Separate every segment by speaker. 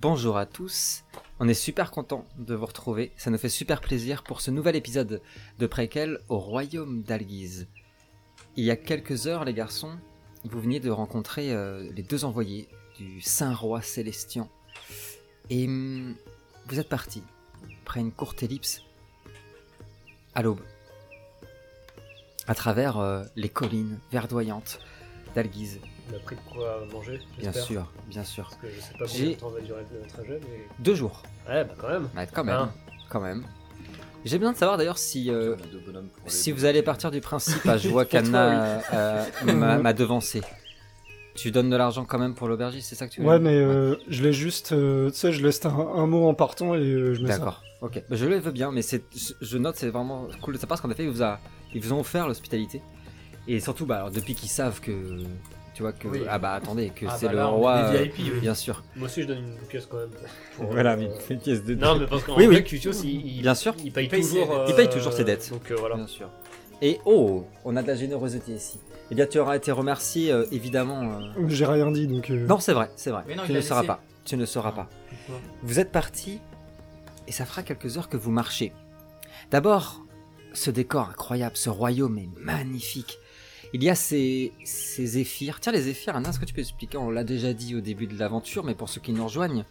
Speaker 1: Bonjour à tous, on est super content de vous retrouver, ça nous fait super plaisir pour ce nouvel épisode de Préquel au royaume d'Alguise. Il y a quelques heures les garçons, vous veniez de rencontrer euh, les deux envoyés du Saint-Roi Célestian et hum, vous êtes partis, après une courte ellipse, à l'aube, à travers euh, les collines verdoyantes d'Alguise,
Speaker 2: On a pris de quoi manger,
Speaker 1: bien
Speaker 2: j'espère.
Speaker 1: sûr, bien sûr.
Speaker 2: Parce que je sais pas
Speaker 1: J'ai-
Speaker 2: combien de temps va durer le trajet, mais.
Speaker 1: Deux jours.
Speaker 2: Ouais, bah quand même.
Speaker 1: Ouais, quand même.
Speaker 2: Hein.
Speaker 1: Quand même. J'ai besoin de savoir d'ailleurs si, euh,
Speaker 3: On a deux bonhommes pour les
Speaker 1: si
Speaker 3: deux.
Speaker 1: vous allez partir du principe, ah, je vois qu'Anna euh, euh, m'a m'a devancé. Tu donnes de l'argent quand même pour l'aubergiste, c'est ça que tu veux
Speaker 4: Ouais,
Speaker 1: dire
Speaker 4: mais euh, je l'ai juste. euh, tu sais, je laisse un, un mot en partant et euh, je mets ça.
Speaker 1: D'accord, ok. Bah, Je le veux bien, mais c'est, je- je note, c'est vraiment cool de savoir parce qu'en effet, ils vous, a- ils vous ont offert l'hospitalité. Et surtout, bah, alors, depuis qu'ils savent que. Tu vois que.
Speaker 2: Oui.
Speaker 1: Ah bah attendez, que
Speaker 2: Ah
Speaker 1: c'est
Speaker 2: bah
Speaker 1: le
Speaker 2: là, on est
Speaker 1: roi.
Speaker 2: des
Speaker 1: euh,
Speaker 2: VIP, oui.
Speaker 1: Bien sûr.
Speaker 2: Moi aussi, je donne une pièce quand même. pour, euh,
Speaker 1: pièce de
Speaker 2: Non, mais parce qu'en
Speaker 1: Oui, oui.
Speaker 2: fait, Cutios, il, il-
Speaker 1: Bien sûr.
Speaker 2: il paye,
Speaker 3: Il paye
Speaker 2: toujours.
Speaker 3: ses-
Speaker 1: il paye toujours ses dettes.
Speaker 2: Donc euh, voilà.
Speaker 1: Bien sûr. Et oh, on a de la générosité ici. Eh bien, tu auras été remercié, euh, évidemment. euh,
Speaker 4: J'ai rien dit donc. euh,
Speaker 1: Non, c'est vrai, c'est vrai.
Speaker 3: Mais non,
Speaker 1: tu
Speaker 3: il
Speaker 1: ne
Speaker 3: l'a
Speaker 1: seras
Speaker 3: laissé. Ah,
Speaker 1: pas. Tu ne seras pas. Vous êtes parti et ça fera quelques heures que vous marchez. D'abord, ce décor incroyable, ce royaume est magnifique. Il y a ces, ces zéphyrs. Tiens, les zéphyrs, Anna, est-ce que tu peux expliquer On l'a déjà dit au début de l'aventure, mais pour ceux qui nous rejoignent,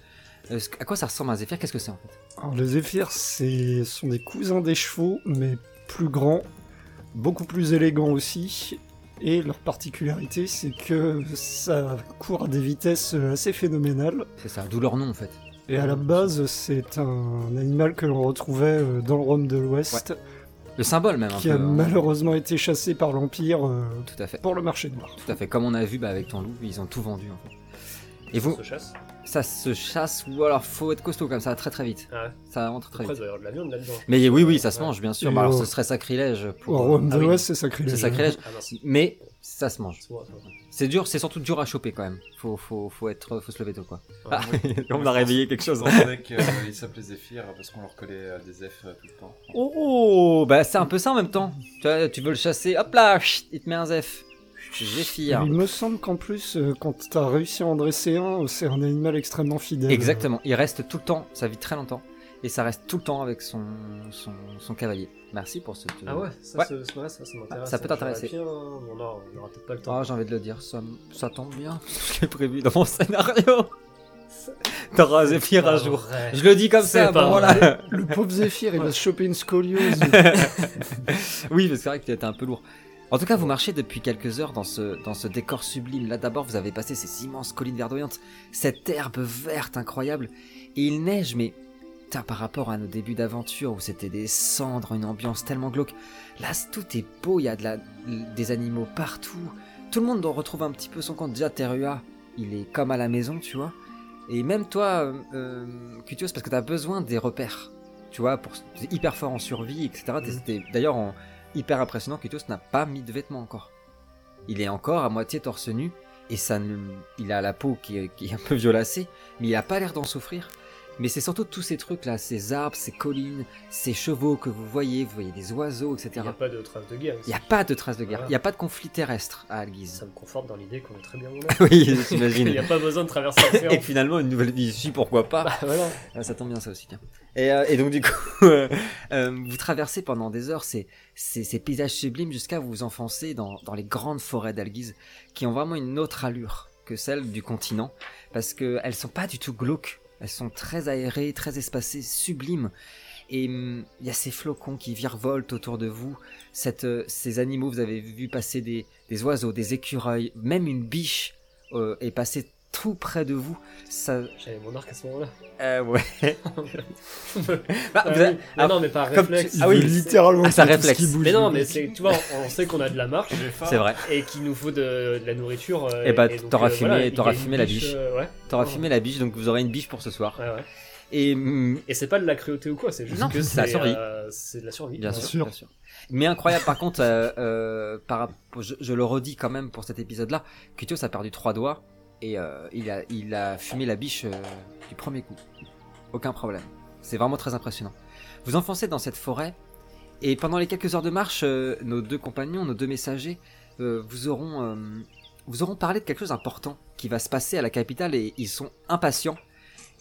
Speaker 1: euh, ce- à quoi ça ressemble un zéphyr Qu'est-ce que c'est en fait
Speaker 4: Alors, les zéphyrs, c'est sont des cousins des chevaux, mais plus grands, beaucoup plus élégants aussi. Et leur particularité, c'est que ça court à des vitesses euh, assez phénoménales.
Speaker 1: C'est ça, d'où leur nom en fait.
Speaker 4: Et à la base, c'est un animal que l'on retrouvait euh, dans le Rome de l'Ouest,
Speaker 1: Le symbole même. Un
Speaker 4: qui
Speaker 1: peu,
Speaker 4: a
Speaker 1: hein.
Speaker 4: malheureusement été chassé par l'Empire euh,
Speaker 1: Tout à fait.
Speaker 4: pour le marché noir.
Speaker 1: Tout à fait. Comme on a vu bah, avec ton loup, ils ont tout vendu en fait. Et vous,
Speaker 2: On se chasse.
Speaker 1: ça se chasse ou alors faut être costaud comme ça, très très vite.
Speaker 2: Ah ouais.
Speaker 1: Ça rentre très
Speaker 2: Après, il
Speaker 1: vite.
Speaker 2: doit y avoir de la viande là-dedans.
Speaker 1: Mais oui, oui, ça se
Speaker 2: Ouais.
Speaker 1: mange, bien sûr.
Speaker 4: Et
Speaker 1: Bah, alors,
Speaker 4: au-
Speaker 1: ce serait sacrilège
Speaker 4: Au
Speaker 1: pour.
Speaker 4: Rome
Speaker 2: Ah
Speaker 4: de
Speaker 2: oui.
Speaker 4: l'Ouest, c'est sacrilège.
Speaker 1: C'est sacrilège.
Speaker 2: Ah mince.
Speaker 1: Mais ça se mange. Euh,
Speaker 2: C'est moi, ça.
Speaker 1: C'est dur, c'est surtout dur à choper quand même. Faut, faut, faut être, faut se lever tôt quoi.
Speaker 2: Ouais,
Speaker 1: Ah, on a réveillé quelque
Speaker 3: Je
Speaker 1: chose. hein.
Speaker 3: pensais qu'ils euh, s'appelaient Zéphyr parce qu'on leur collait euh, des F euh, tout le temps.
Speaker 1: Oh, oh, bah c'est un peu ça en même temps. Tu, vois, tu veux le chasser, hop là, chut, il te met un zef. Zéphyr.
Speaker 4: Il me semble qu'en plus, euh, quand t'as réussi à en dresser un, c'est un animal extrêmement fidèle.
Speaker 1: Exactement. Il reste tout le temps, ça vit très longtemps, et ça reste tout le temps avec son, son, son cavalier. Merci pour cette.
Speaker 2: Ah ouais, ça,
Speaker 1: Ouais.
Speaker 2: ce- ce- ouais, ça, ça
Speaker 1: Ah,
Speaker 2: m'intéresse.
Speaker 1: ça peut t'intéresser.
Speaker 2: J'aurais bien- Bon, non, on aura peut-être pas le temps.
Speaker 1: Ah, j'ai envie de le dire, ça, m- ça tombe bien. Je l'ai prévu dans mon scénario. T'auras un Zéphyr un
Speaker 2: Ah,
Speaker 1: jour.
Speaker 2: ouais.
Speaker 1: Je le dis comme
Speaker 2: C'est
Speaker 1: ça,
Speaker 2: pas
Speaker 1: bon, voilà.
Speaker 4: Le pauvre Zéphyr, il va se choper une scoliose.
Speaker 1: Ah oui, mais c'est vrai que tu étais un peu lourd. En tout cas, vous marchez depuis quelques heures dans ce, dans ce décor sublime. Là, d'abord, vous avez passé ces immenses collines verdoyantes, cette herbe verte incroyable. Et il neige, mais putain, par rapport à nos débuts d'aventure où c'était des cendres, une ambiance tellement glauque, là, c- tout est beau. Il y a de la, des animaux partout. Tout le monde en retrouve un petit peu son compte. Déjà, Terua, il est comme à la maison, tu vois. Et même toi, euh, euh, Cutios, parce que t'as besoin des repères. Tu vois, pour t'es hyper fort en survie, etc. T'es- t'es- D'ailleurs, en- hyper impressionnant, Kutos n'a pas mis de vêtements encore. Il est encore à moitié torse nu, et ça ne- il a la peau qui est, qui est un peu violacée, mais il a pas l'air d'en souffrir. Mais c'est surtout tous ces trucs-là, ces arbres, ces collines, ces chevaux que vous voyez, vous voyez des oiseaux,
Speaker 2: Il
Speaker 1: etc.
Speaker 2: n'y a pas de trace de guerre.
Speaker 1: Il n'y
Speaker 2: ici.
Speaker 1: a pas de traces de guerre, il
Speaker 2: Voilà.
Speaker 1: n'y a pas de conflit terrestre à Alguise.
Speaker 2: Ça me conforte dans l'idée qu'on est très bien au
Speaker 1: oui,
Speaker 2: Il n'y
Speaker 1: j'imagine.
Speaker 2: a pas besoin de traverser l'océan.
Speaker 1: Et finalement, une nouvelle vie ici, pourquoi pas
Speaker 2: Bah, voilà.
Speaker 1: Ah, ça tombe bien ça aussi, tiens. Et, euh, et donc du coup, euh, euh, vous traversez pendant des heures ces, ces, ces paysages sublimes jusqu'à vous enfoncer dans, dans les grandes forêts d'Alguise qui ont vraiment une autre allure que celle du continent parce qu'elles sont pas du tout glauques, elles sont très aérées, très espacées, sublimes. Et hum, il y a ces flocons qui virevoltent autour de vous, cette, euh, ces animaux, vous avez vu passer des, des oiseaux, des écureuils, même une biche euh, est passée tout près de vous. Ça,
Speaker 2: J'avais mon arc à ce moment-là.
Speaker 1: euh, ouais. Bah,
Speaker 2: Ah
Speaker 1: vous avez-
Speaker 2: oui.
Speaker 1: ah,
Speaker 2: Non, non, mais par
Speaker 1: comme tu-
Speaker 2: réflexe.
Speaker 4: Il
Speaker 1: Ah oui,
Speaker 4: veut littéralement.
Speaker 1: Ah, ça
Speaker 4: que tout ce
Speaker 1: réflexe.
Speaker 4: qui bouge
Speaker 2: Mais non,
Speaker 4: lui
Speaker 2: mais
Speaker 4: plaise.
Speaker 2: c'est, tu vois, on on sait qu'on a de la marche
Speaker 3: J'ai faim.
Speaker 1: c'est vrai.
Speaker 2: et qu'il nous faut de, de la nourriture. euh,
Speaker 1: Eh bah,
Speaker 2: donc,
Speaker 1: t'auras
Speaker 2: euh,
Speaker 1: fumé-
Speaker 2: voilà, il y a
Speaker 1: t'auras
Speaker 2: une
Speaker 1: fumé la biche.
Speaker 2: euh, ouais.
Speaker 1: T'auras
Speaker 2: Oh.
Speaker 1: fumé la biche, donc vous aurez une biche pour ce soir.
Speaker 2: Ouais, ouais.
Speaker 1: Et hum,
Speaker 2: Et c'est pas de la cruauté ou quoi, c'est juste
Speaker 1: Non,
Speaker 2: que
Speaker 1: c'est la
Speaker 2: c'est,
Speaker 1: survie.
Speaker 2: euh, c'est de la survie.
Speaker 1: bien,
Speaker 2: Ouais.
Speaker 1: sûr,
Speaker 4: sûr.
Speaker 1: bien sûr. Mais incroyable, par contre, euh, euh, par, rapport- je, je le redis quand même pour cet épisode-là, Kutios a perdu trois doigts et euh, il, a, il a fumé la biche euh, du premier coup. Aucun problème. C'est vraiment très impressionnant. Vous enfoncez dans cette forêt et pendant les quelques heures de marche, euh, nos deux compagnons, nos deux messagers, euh, vous auront euh, vous auront parlé de quelque chose d'important qui va se passer à la capitale et ils sont impatients.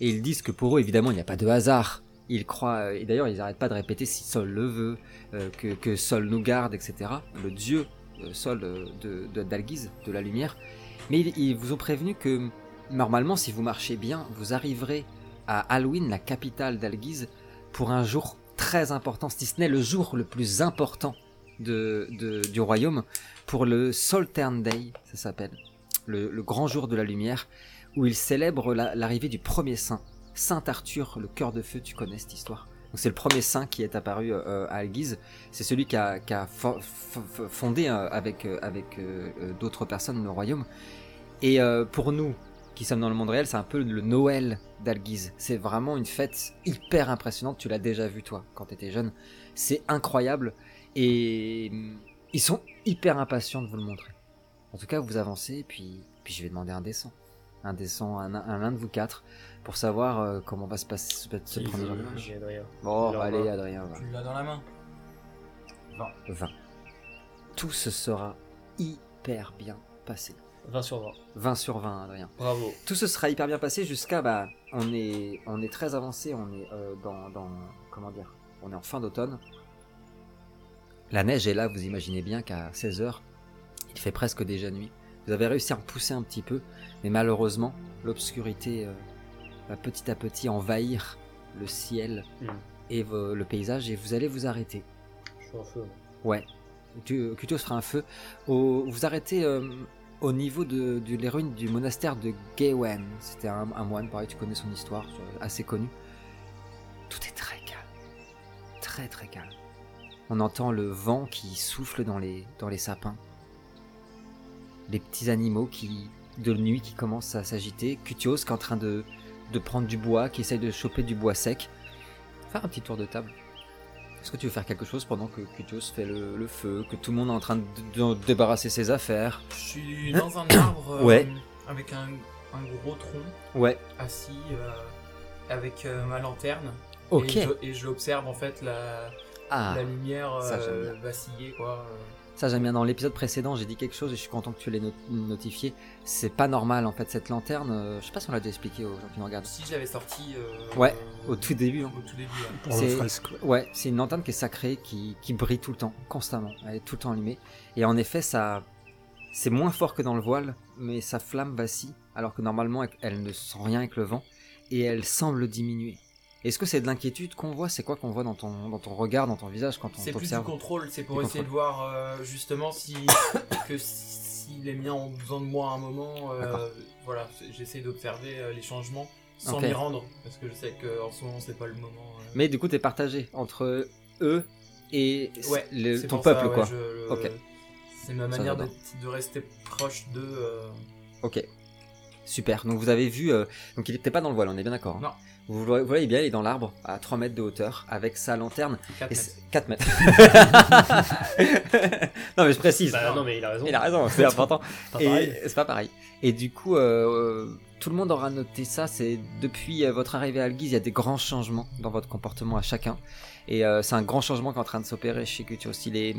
Speaker 1: Et ils disent que pour eux, évidemment, il n'y a pas de hasard. Ils croient, euh, et d'ailleurs, ils n'arrêtent pas de répéter si Sol le veut, euh, que, que Sol nous garde, etc. Le dieu euh, Sol euh, de, de- d'Alguise, de la lumière. Mais ils, ils vous ont prévenu que normalement, si vous marchez bien, vous arriverez à Halloween, la capitale d'Alguise, pour un jour très important, si ce n'est le jour le plus important de, de- du royaume, pour le Soltern Day, ça s'appelle, le, le grand jour de la lumière, où ils célèbrent la- l'arrivée du premier saint, Saint Arthur, le cœur de feu, tu connais cette histoire. Donc c'est le premier saint qui est apparu euh, à Algiz, c'est celui qui a, qui a fo- fo- fo- fondé euh, avec, euh, avec euh, euh, d'autres personnes le royaume. Et euh, pour nous, qui sommes dans le monde réel, c'est un peu le Noël d'Algiz. C'est vraiment une fête hyper impressionnante. Tu l'as déjà vu, toi, quand tu étais jeune. C'est incroyable. Et hum, ils sont hyper impatients de vous le montrer. En tout cas, vous avancez, puis, puis je vais demander un dessin. Un dessin à l'un à l'un de vous quatre pour savoir euh, comment va se passer ce, ce
Speaker 5: Qui
Speaker 1: premier
Speaker 5: veut-
Speaker 1: jour.
Speaker 2: J'ai Adrien.
Speaker 1: Bon,
Speaker 2: leur
Speaker 1: allez,
Speaker 2: main.
Speaker 1: Adrien, va.
Speaker 5: Tu l'as dans la main.
Speaker 1: 20. Tout se sera hyper bien passé.
Speaker 2: 20 sur 20.
Speaker 1: 20 sur 20, Adrien.
Speaker 2: Bravo.
Speaker 1: Tout se sera hyper bien passé jusqu'à bah on est on est très avancé, on est euh, dans, dans comment dire, on est en fin d'automne. La neige est là, vous imaginez bien qu'à 16h, il fait presque déjà nuit. Vous avez réussi à repousser un petit peu, mais malheureusement, l'obscurité euh, va petit à petit envahir le ciel
Speaker 2: Mm.
Speaker 1: et vo- le paysage et vous allez vous arrêter.
Speaker 2: Je suis en feu.
Speaker 1: Ouais. Tu- Kutos fera un feu. Au- vous arrêtez euh, au niveau de, de- des ruines du monastère de Gewen. C'était un, un moine, pareil, tu connais son histoire, c'est assez connu. Tout est très calme. Très très calme. On entend le vent qui souffle dans les, dans les sapins. Les petits animaux qui de nuit qui commencent à s'agiter. Kutios qui est en train de, de prendre du bois, qui essaye de choper du bois sec. Faire un petit tour de table. Est-ce que tu veux faire quelque chose pendant que Kutios fait le, le feu, que tout le monde est en train de, de débarrasser ses affaires
Speaker 5: Je suis dans un arbre euh,
Speaker 1: Hein Ouais.
Speaker 5: avec un, un gros tronc
Speaker 1: Ouais.
Speaker 5: assis euh, avec euh, ma lanterne.
Speaker 1: Ok.
Speaker 5: Et je- Et j'observe en fait la,
Speaker 1: Ah,
Speaker 5: la lumière
Speaker 1: ça,
Speaker 5: euh,
Speaker 1: j'aime
Speaker 5: vaciller quoi. Euh,
Speaker 1: ça j'aime bien. Dans l'épisode précédent, j'ai dit quelque chose et je suis content que tu l'aies no- notifié. C'est pas normal en fait, cette lanterne. euh, je sais pas si on l'a déjà expliqué aux gens qui nous regardent.
Speaker 5: Si je l'avais sorti euh,
Speaker 1: Ouais,
Speaker 5: euh,
Speaker 1: Au tout début, hein.
Speaker 5: au tout début, ouais.
Speaker 4: Pour
Speaker 1: C'est-
Speaker 4: le fresque. ouais.
Speaker 1: Ouais, c'est une lanterne qui est sacrée, qui, qui brille tout le temps, constamment. Elle est tout le temps allumée. Et en effet, ça, c'est moins fort que dans le voile, mais sa flamme vacille, alors que normalement, elle- elle ne sent rien avec le vent, et elle semble diminuer. Est-ce que c'est de l'inquiétude qu'on voit C'est quoi qu'on voit dans ton, dans ton regard, dans ton visage quand on
Speaker 5: C'est plus du
Speaker 1: t'observe
Speaker 5: contrôle, c'est pour
Speaker 1: Du
Speaker 5: essayer de voir euh, justement si que si les miens ont besoin de moi à un moment. euh,
Speaker 1: D'accord.
Speaker 5: voilà, c'est- j'essaie d'observer euh, les changements sans
Speaker 1: Ok.
Speaker 5: m'y rendre parce que je sais que en ce moment c'est pas le moment. euh.
Speaker 1: Mais du coup, t'es partagé entre eux et
Speaker 5: Ouais,
Speaker 1: le-
Speaker 5: c'est
Speaker 1: ton
Speaker 5: pour ça,
Speaker 1: peuple,
Speaker 5: ouais,
Speaker 1: quoi.
Speaker 5: je- le-
Speaker 1: Ok.
Speaker 5: C'est ma
Speaker 1: Ça
Speaker 5: manière
Speaker 1: va
Speaker 5: de, de rester proche d'eux. euh,
Speaker 1: Ok. Super. Donc vous avez vu. euh, donc il n'était pas dans le voile, on est bien d'accord. hein
Speaker 5: Non.
Speaker 1: Vous le voyez bien, il est dans l'arbre, à 3 mètres de hauteur, avec sa lanterne.
Speaker 5: quatre
Speaker 1: Et
Speaker 5: mètres.
Speaker 1: c'est- 4 mètres. non, mais je précise.
Speaker 2: Bah non, mais il a raison.
Speaker 1: Il a raison, c'est important.
Speaker 2: Pas
Speaker 1: Et
Speaker 2: pareil.
Speaker 1: c'est pas pareil. Et du coup, euh, euh, tout le monde aura noté ça. C'est depuis euh, votre arrivée à Algiz, il y a des grands changements dans votre comportement à chacun. Et euh, c'est un grand changement qui est en train de s'opérer chez Kutios. Il est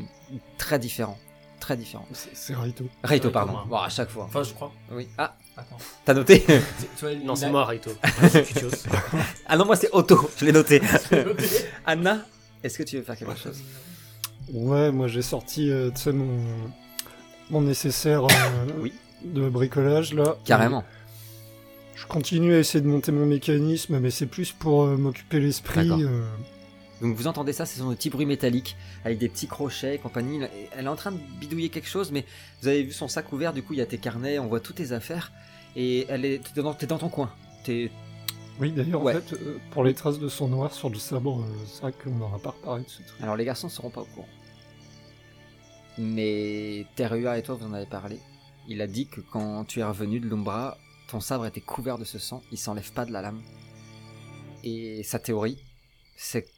Speaker 1: très différent, très différent.
Speaker 4: C'est c'est Raito.
Speaker 1: Raito,
Speaker 5: Raito,
Speaker 1: pardon.
Speaker 5: moi.
Speaker 1: Bon, à chaque fois.
Speaker 5: Enfin, je crois.
Speaker 1: Oui. Ah,
Speaker 5: Attends.
Speaker 1: t'as noté
Speaker 5: C'est- tu vois,
Speaker 2: Non,
Speaker 5: il
Speaker 2: c'est
Speaker 5: a-
Speaker 2: moi, Raito. Kutios.
Speaker 1: Ah non, moi c'est Otto. Je l'ai noté.
Speaker 5: noté.
Speaker 1: Anna, est-ce que tu veux faire quelque chose
Speaker 4: Ouais, moi j'ai sorti, euh, tu sais, mon, mon nécessaire euh,
Speaker 1: Oui.
Speaker 4: de bricolage là. Euh,
Speaker 1: Carrément.
Speaker 4: Je continue à essayer de monter mon mécanisme, mais c'est plus pour euh, m'occuper l'esprit.
Speaker 1: D'accord.
Speaker 4: euh,
Speaker 1: Donc vous entendez ça, ce sont des petits bruits métalliques avec des petits crochets et compagnie. Elle- Elle est en train de bidouiller quelque chose, mais vous avez vu son sac ouvert, du coup il y a tes carnets, on voit toutes tes affaires. Et elle est, t'es dans, t'es dans ton coin. T'es,
Speaker 4: Oui, d'ailleurs,
Speaker 1: Ouais.
Speaker 4: en fait, euh, pour les traces de son noir sur le sabre, euh, c'est vrai qu'on n'aura pas reparlé de ce truc.
Speaker 1: alors les garçons ne seront pas au courant. Mais Terua et toi, vous en avez parlé. Il a dit que quand tu es revenu de l'Umbra, ton sabre était couvert de ce sang, il s'enlève pas de la lame. Et sa théorie, c'est que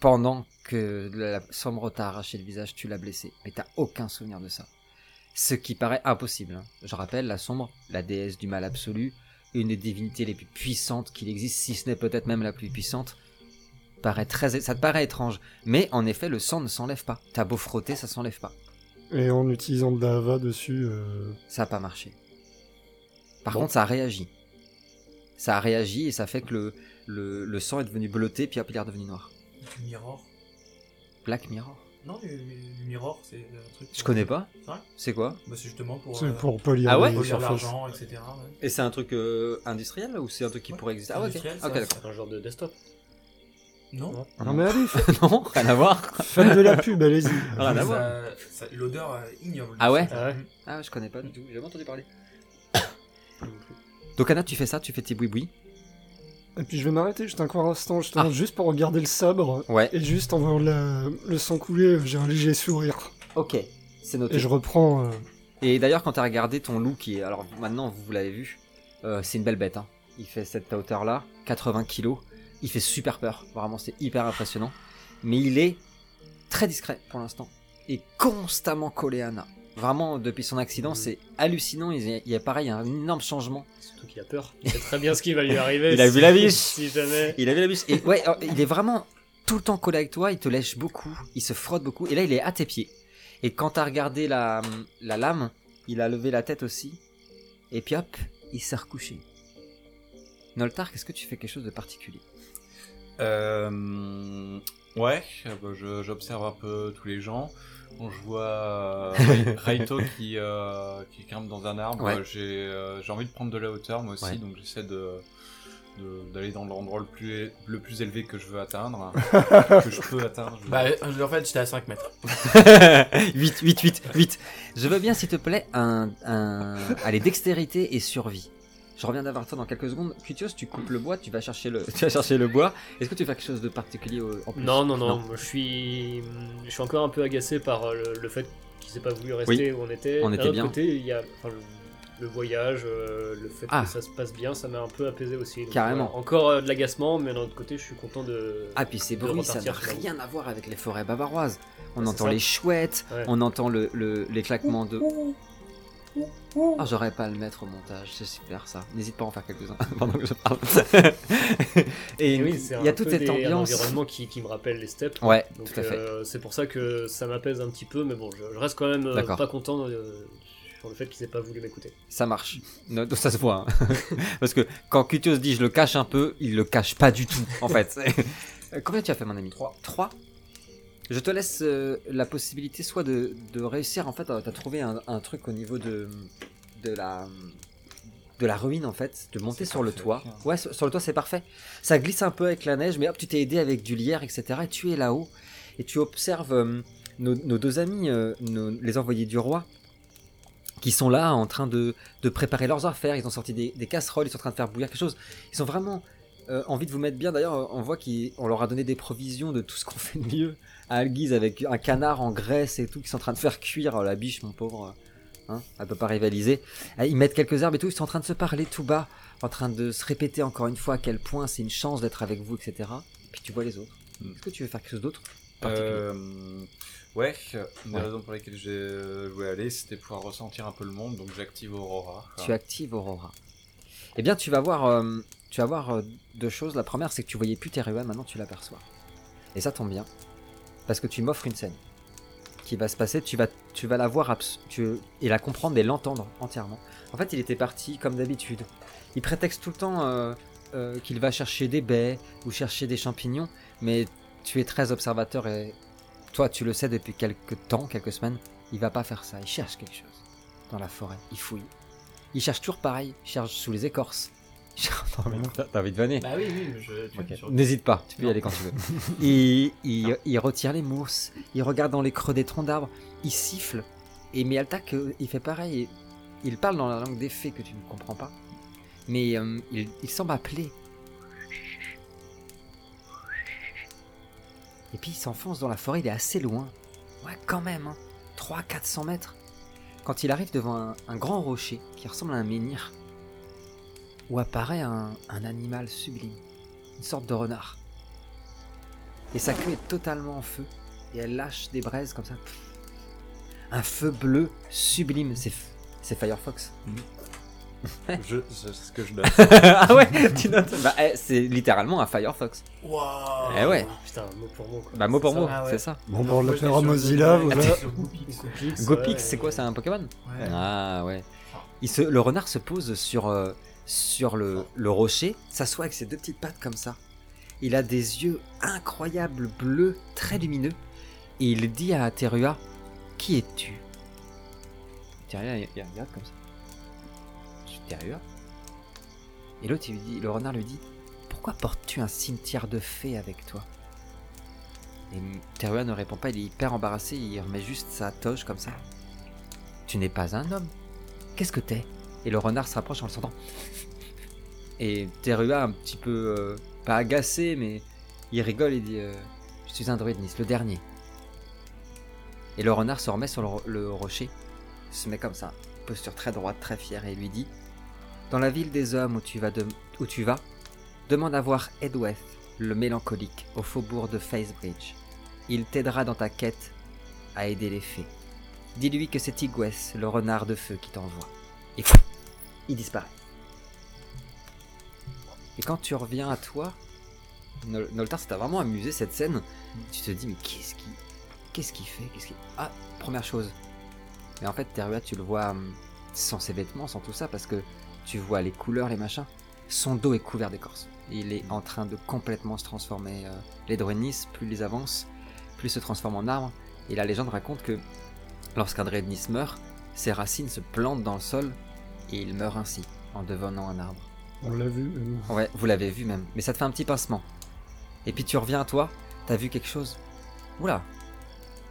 Speaker 1: pendant que la sombre t'a arraché le visage, tu l'as blessé. Mais t'as aucun souvenir de ça. Ce qui paraît impossible. hein. Je rappelle, la sombre, la déesse du mal absolu, une des divinités les plus puissantes qu'il existe, si ce n'est peut-être même la plus puissante, paraît très, ça te paraît étrange. Mais en effet, le sang ne s'enlève pas. T'as beau frotter, ça s'enlève pas.
Speaker 4: Et en utilisant de la hava dessus, euh,
Speaker 1: Ça n'a pas marché. Par
Speaker 4: Bon.
Speaker 1: contre, ça a réagi. ça a réagi et ça fait que le, le, le sang est devenu bleuté, puis hop, il est redevenu noir.
Speaker 5: Du miroir.
Speaker 1: Black Mirror
Speaker 5: Non, du, du miroir, c'est un truc.
Speaker 1: Je connais pas.
Speaker 5: C'est vrai
Speaker 1: C'est quoi
Speaker 5: Bah, c'est justement pour.
Speaker 4: C'est
Speaker 5: euh,
Speaker 4: pour polir
Speaker 1: Ah ouais
Speaker 4: les
Speaker 5: polir
Speaker 4: surfaces.
Speaker 5: l'argent, etc. ouais.
Speaker 1: Et c'est un truc euh, industriel là, ou c'est un truc qui
Speaker 5: Ouais,
Speaker 1: pourrait exister Ah ouais, ok,
Speaker 5: industriel,
Speaker 1: Ok,
Speaker 5: ça,
Speaker 1: d'accord.
Speaker 2: C'est un genre de desktop.
Speaker 5: Non.
Speaker 2: Non.
Speaker 4: Non Ah, mais allez,
Speaker 1: non, rien à voir.
Speaker 4: faites de la pub, allez-y.
Speaker 1: Rien à
Speaker 5: Ça-
Speaker 1: voir.
Speaker 5: ça- L'odeur euh, ignoble.
Speaker 1: Ah ouais
Speaker 2: Ah ouais
Speaker 1: Ah, je connais pas du tout, j'ai jamais entendu parler. Donc Anna, tu fais ça, tu fais tes boui-boui.
Speaker 4: Et puis je vais m'arrêter juste un court instant, justement,
Speaker 1: Ah.
Speaker 4: juste pour regarder le sabre.
Speaker 1: Ouais.
Speaker 4: Et juste en voyant la- le sang couler, j'ai un léger sourire.
Speaker 1: Ok, c'est noté.
Speaker 4: Et je reprends. euh,
Speaker 1: Et d'ailleurs, quand t'as regardé ton loup, qui est. Alors maintenant, vous l'avez vu, euh, c'est une belle bête. Hein. Il fait cette hauteur-là, 80 kilos. Il fait super peur. Vraiment, c'est hyper impressionnant. Mais il est très discret pour l'instant. Et constamment collé à Anna. Vraiment, depuis son accident,
Speaker 2: Mhm.
Speaker 1: c'est hallucinant. Il y, a, il y a pareil un énorme changement.
Speaker 2: Surtout qu'il a peur. Il sait très bien ce qui va lui arriver.
Speaker 1: Il a
Speaker 2: si-
Speaker 1: vu la vie.
Speaker 2: Si jamais.
Speaker 1: Il avait la bus. Et ouais, alors, il est vraiment tout le temps collé avec toi. Il te lèche beaucoup. Il se frotte beaucoup. Et là, il est à tes pieds. Et quand t'as regardé la, la lame, il a levé la tête aussi. Et puis hop, il s'est recouché. Noltar, qu'est-ce que tu fais quelque chose de particulier
Speaker 3: Euh, ouais, euh, bah, je- j'observe un peu tous les gens. Bon, je vois euh, Rai- Raito qui, euh, qui grimpe dans un arbre.
Speaker 1: Ouais.
Speaker 3: Euh, J'ai euh, j'ai envie de prendre de la hauteur moi aussi,
Speaker 1: Ouais.
Speaker 3: donc j'essaie de de- d'aller dans l'endroit le plus, le plus élevé que je veux atteindre, que je peux atteindre.
Speaker 5: Bah, euh, en fait, j'étais à 5 mètres.
Speaker 1: 8, 8, 8, 8. Je veux bien, s'il te plaît, un, un... Allez, dextérité et survie. Je reviens d'avoir toi dans quelques secondes. Cutios, tu coupes le bois, tu vas chercher le, tu vas chercher le bois. Est-ce que tu fais quelque chose de particulier au- en plus
Speaker 2: Non, non, non, moi, je suis. Je suis encore un peu agacé par euh, le, le fait qu'il s'est pas voulu rester où on était.
Speaker 1: On
Speaker 2: D'un
Speaker 1: était
Speaker 2: autre
Speaker 1: bien.
Speaker 2: côté, il y a. enfin, le... le voyage, euh, le fait
Speaker 1: Ah.
Speaker 2: que ça se passe bien, ça m'a un peu apaisé aussi. Donc,
Speaker 1: Carrément.
Speaker 2: voilà. Encore euh, de l'agacement, mais d'un autre côté, je suis content de.
Speaker 1: Ah, puis ces
Speaker 2: de
Speaker 1: bruits, ça n'a
Speaker 2: repartir sur la route.
Speaker 1: rien à voir avec les forêts bavaroises. On
Speaker 2: Ouais, c'est
Speaker 1: entend
Speaker 2: ça.
Speaker 1: les chouettes,
Speaker 2: Ouais.
Speaker 1: on entend le, le- les claquements de. Ah, j'aurais pas à le mettre au montage, c'est super ça. N'hésite pas à en faire quelques-uns pendant que je parle. Et
Speaker 2: Et
Speaker 1: il
Speaker 2: Eh oui, c'est un
Speaker 1: y a toute
Speaker 2: peu
Speaker 1: cette
Speaker 2: des- un
Speaker 1: ambiance.
Speaker 2: environnement qui, qui me rappelle les steppes.
Speaker 1: Ouais,
Speaker 2: Donc,
Speaker 1: tout à fait.
Speaker 2: euh, c'est pour ça que ça m'apaise un petit peu, mais bon, je, je reste quand même euh,
Speaker 1: D'accord.
Speaker 2: pas content euh, sur le fait qu'ils aient pas voulu m'écouter.
Speaker 1: Ça marche. No- Ça se voit. hein. Parce que quand Cutios dit je le cache un peu, il le cache pas du tout, en fait. Euh, Combien tu as fait, mon ami 3. 3 Je te laisse euh, la possibilité soit de, de réussir, en fait, à- t'as trouvé un, un truc au niveau de, de la de la ruine en fait, de monter
Speaker 3: C'est
Speaker 1: sur le
Speaker 3: parfait,
Speaker 1: toit.
Speaker 3: tiens.
Speaker 1: Ouais, sur, sur le toit c'est parfait. Ça glisse un peu avec la neige, mais hop, tu t'es aidé avec du lierre, etc. Et tu es là-haut et tu observes euh, nos, nos deux amis, euh, nos- les envoyés du roi, qui sont là en train de, de préparer leurs affaires. Ils ont sorti des, des casseroles, ils sont en train de faire bouillir quelque chose. Ils ont vraiment euh, envie de vous mettre bien. D'ailleurs, euh, on voit qu'on leur a donné des provisions de tout ce qu'on fait de mieux à Alguise avec un canard en graisse et tout, qui sont en train de faire cuire euh, la biche, mon pauvre. euh, Hein, elle peut pas rivaliser. Ah, Ils mettent quelques herbes et tout, ils sont en train de se parler tout bas, en train de se répéter encore une fois à quel point c'est une chance d'être avec vous, etc. Et puis tu vois les autres.
Speaker 3: Mm.
Speaker 1: Est-ce que tu veux faire quelque chose d'autre
Speaker 3: Euh, ouais, une des
Speaker 1: Ouais.
Speaker 3: raisons pour lesquelles j'ai euh, voulu aller, c'était pouvoir ressentir un peu le monde, donc j'active Aurora. quoi.
Speaker 1: Tu actives Aurora. Eh bien, tu vas voir, euh, tu vas voir euh, deux choses. La première, c'est que tu voyais plus Teruel, maintenant tu l'aperçois. Et ça tombe bien, parce que tu m'offres une scène qui va se passer. Tu vas, tu vas la voir abs- tu, et la comprendre et l'entendre entièrement. En fait, il était parti comme d'habitude. Il prétexte tout le temps euh, euh, qu'il va chercher des baies ou chercher des champignons, mais tu es très observateur et toi, tu le sais depuis quelques temps, quelques semaines, il va pas faire ça. Il cherche quelque chose dans la forêt. Il fouille. Il cherche toujours pareil, il cherche sous les écorces. Il cherche- Non, Ah, mais non, t'as- T'as envie de vanner
Speaker 5: Bah oui, oui, mais je. tu-
Speaker 1: Ok.
Speaker 5: sur-
Speaker 1: N'hésite pas, tu peux y
Speaker 5: Non.
Speaker 1: aller quand tu veux. il, il- il retire les mousses, il regarde dans les creux des troncs d'arbres, il siffle, et Mealtak, euh, il fait pareil. et Il parle dans la langue des fées que tu ne comprends pas, mais euh, il, il semble appeler. Et puis il s'enfonce dans la forêt, il est assez loin. Ouais, quand même, hein. 300-400 mètres. Quand il arrive devant un, un grand rocher qui ressemble à un menhir, où apparaît un- un animal sublime une sorte de renard. Et sa queue est totalement en feu, et elle lâche des braises comme ça. Un feu bleu sublime, c'est, f- c'est Firefox.
Speaker 3: Je- C'est ce que je note.
Speaker 1: ah ouais, tu notes Bah, eh, c'est littéralement un Firefox.
Speaker 5: Waouh
Speaker 1: Eh ouais.
Speaker 2: Putain, mot pour mot quoi.
Speaker 1: Bah, mot pour
Speaker 2: C'est
Speaker 1: mot,
Speaker 5: ça, Ah ouais.
Speaker 1: c'est ça.
Speaker 4: Bon, bon, on
Speaker 5: Moi,
Speaker 4: l'a
Speaker 5: j'étais
Speaker 4: fait à
Speaker 5: sur-
Speaker 4: Mozilla,
Speaker 5: ouais,
Speaker 4: voilà.
Speaker 5: j'étais sur Goopix, ouais.
Speaker 2: Goopix,
Speaker 1: Gopix,
Speaker 2: ouais,
Speaker 1: c'est quoi C'est un Pokémon
Speaker 5: Ouais.
Speaker 1: Ah ouais.
Speaker 5: Ah.
Speaker 1: Il se, le renard se pose sur, euh, sur le, le rocher, s'assoit avec ses deux petites pattes comme ça. Il a des yeux incroyables, bleus, très lumineux. Et il dit à Terua Qui es-tu Terua, il il regarde comme ça. Je suis Terua. Et l'autre, il lui dit- le renard lui dit Pourquoi portes-tu un cimetière de fées avec toi Et Terua ne répond pas, il est hyper embarrassé, il remet juste sa toge comme ça. Tu n'es pas un homme. Qu'est-ce que t'es Et le renard se rapproche en le sentant. Et Terua, un petit peu, euh, pas agacé, mais il rigole et dit euh, Je suis un druide Nice, le dernier. Et le renard se remet sur le, ro- le rocher, se met comme ça, posture très droite, très fière, et lui dit Dans la ville des hommes où tu vas, de- où tu vas demande à voir Edweth, le mélancolique, au faubourg de Facebridge. Il t'aidera dans ta quête à aider les fées. Dis-lui que c'est Igwes, le renard de feu, qui t'envoie. Et il disparaît. Et quand tu reviens à toi, Nol- Noltar, ça t'a vraiment amusé cette scène. Tu te dis, mais qu'est-ce qui. Qu'est-ce qu'il fait Qu'est-ce qu'il- Ah, première chose. Mais en fait, Terua, tu le vois hum, sans ses vêtements, sans tout ça, parce que tu vois les couleurs, les machins. Son dos est couvert d'écorce. Il est en train de complètement se transformer. euh, Les Drenis, plus ils avancent, plus ils se transforment en arbres. Et la légende raconte que lorsqu'un Drenis meurt, ses racines se plantent dans le sol et il meurt ainsi, en devenant un arbre.
Speaker 4: On l'a vu. euh,
Speaker 1: Ouais, vous l'avez vu même, mais ça te fait un petit pincement. Et puis tu reviens à toi, t'as vu quelque chose. Oula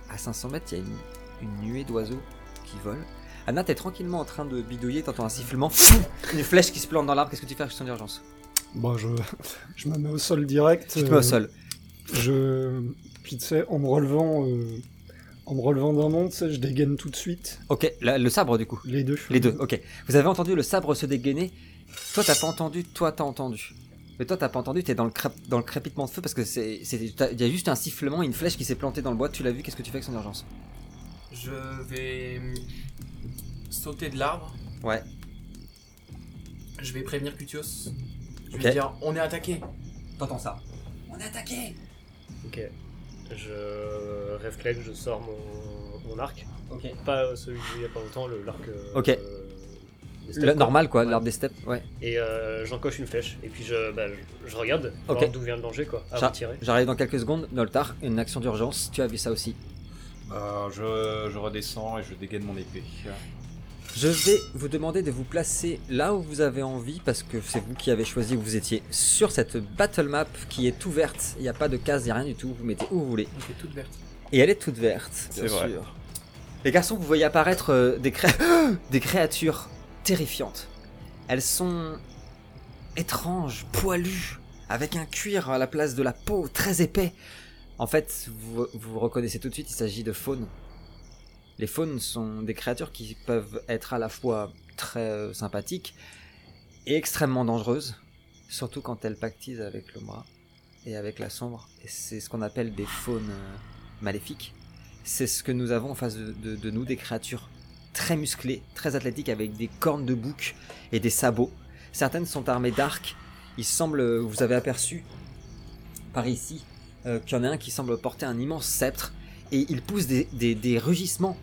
Speaker 1: À 500 mètres, il y a une, une nuée d'oiseaux qui volent. Anna, t'es tranquillement en train de bidouiller, t'entends un sifflement, une flèche qui se plante dans l'arbre, qu'est-ce que tu fais à ton d'urgence
Speaker 4: bon, je, je me mets au sol direct.
Speaker 1: Tu te mets
Speaker 4: euh,
Speaker 1: au sol.
Speaker 4: Je, puis tu sais, en me relevant, euh, en me relevant d'un monde, tu sais, je dégaine tout de suite
Speaker 1: Ok, la- le sabre du coup.
Speaker 4: les deux.
Speaker 1: Les deux, ok. Vous avez entendu le sabre se dégainer. Toi, t'as pas entendu, toi, t'as entendu. Mais toi, t'as pas entendu, t'es dans, le crép- dans le crépitement de feu parce que c'est. c'est- t'as- Il y a juste un sifflement et une flèche qui s'est plantée dans le bois, tu l'as vu, qu'est-ce que tu fais avec son urgence
Speaker 5: Je vais hum, sauter de l'arbre.
Speaker 1: Ouais.
Speaker 5: Je vais prévenir Cutios. Je vais
Speaker 1: Ok.
Speaker 5: dire on est attaqué.
Speaker 1: T'entends ça On est attaqué
Speaker 2: Ok. Je réflexe, je sors mon, mon arc.
Speaker 1: Ok.
Speaker 2: Pas euh, celui d'il y a pas longtemps, le l'arc. euh,
Speaker 1: Ok.
Speaker 2: euh, des steppes,
Speaker 1: Le- normal quoi,
Speaker 2: Ouais.
Speaker 1: l'arbre des steppes, ouais.
Speaker 2: Et euh, j'encoche une flèche. Et puis je, bah, je, je regarde
Speaker 1: Ok.
Speaker 2: voir d'où vient le danger, quoi. Avant
Speaker 1: Ça-
Speaker 2: de tirer.
Speaker 1: J'arrive dans quelques secondes, Noltar, une action d'urgence, tu as vu ça aussi.
Speaker 3: Euh, je, je redescends et je dégaine mon épée.
Speaker 1: Je vais vous demander de vous placer là où vous avez envie, parce que c'est vous qui avez choisi où vous étiez, sur cette battle map qui est ouverte, il n'y a pas de case, il n'y a rien du tout, vous mettez où vous voulez.
Speaker 5: Donc est toute verte.
Speaker 1: Et elle est toute verte,
Speaker 3: C'est
Speaker 1: bien
Speaker 3: vrai.
Speaker 1: sûr. Les garçons, vous voyez apparaître euh, des, cré- des créatures terrifiantes. Elles sont étranges, poilues, avec un cuir à la place de la peau très épais. En fait, vous, vous reconnaissez tout de suite, il s'agit de faunes. Les faunes sont des créatures qui peuvent être à la fois très euh, sympathiques et extrêmement dangereuses, surtout quand elles pactisent avec le bras et avec la sombre. Et c'est ce qu'on appelle des faunes euh, maléfiques. C'est ce que nous avons en face de, de- de nous, des créatures très musclées, très athlétiques, avec des cornes de bouc et des sabots. Certaines sont armées d'arcs. Il semble, euh, vous avez aperçu par ici, euh, qu'il y en a un qui semble porter un immense sceptre et il pousse des, des- des rugissements.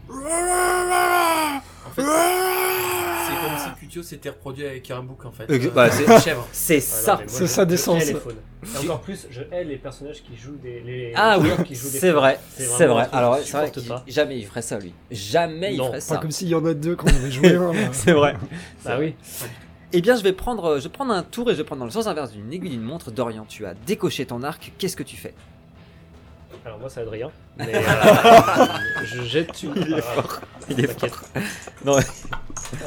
Speaker 5: En fait, c'est comme si Cutios s'était reproduit avec un bouc en fait.
Speaker 1: Ah Ex-
Speaker 5: Euh,
Speaker 1: bah,
Speaker 5: avec
Speaker 1: c'est-
Speaker 5: une chèvre.
Speaker 1: C'est
Speaker 2: Voilà,
Speaker 1: ça
Speaker 2: mais moi,
Speaker 4: c'est
Speaker 2: je-
Speaker 4: ça,
Speaker 2: je
Speaker 4: descend,
Speaker 2: hais les
Speaker 4: ça.
Speaker 2: faunes. Et encore plus, je hais les personnages qui jouent des. Les,
Speaker 1: Ah
Speaker 2: les
Speaker 1: oui,
Speaker 2: joueurs qui jouent des
Speaker 1: c'est
Speaker 2: faunes.
Speaker 1: vrai,
Speaker 2: vraiment
Speaker 1: c'est vrai.
Speaker 2: un truc
Speaker 1: Alors
Speaker 2: que je
Speaker 1: c'est vrai
Speaker 2: supporte
Speaker 1: qu'il-
Speaker 2: pas.
Speaker 1: jamais il ferait ça lui. Jamais
Speaker 2: Non,
Speaker 1: il ferait
Speaker 4: Pas
Speaker 1: ça.
Speaker 4: comme s'il y en a deux quand on avait joué hein. un. là.
Speaker 1: C'est vrai.
Speaker 2: Ah oui.
Speaker 1: Eh bien, je vais prendre, euh, je vais prendre un tour et je vais prendre dans le sens inverse d'une aiguille d'une montre. Dorian, tu as décoché ton arc. Qu'est-ce que tu fais
Speaker 2: Alors moi c'est Adrien, mais euh, je jette une.
Speaker 1: Il est
Speaker 2: Ah,
Speaker 1: fort. Il est
Speaker 2: t'inquiète.
Speaker 1: fort. Non,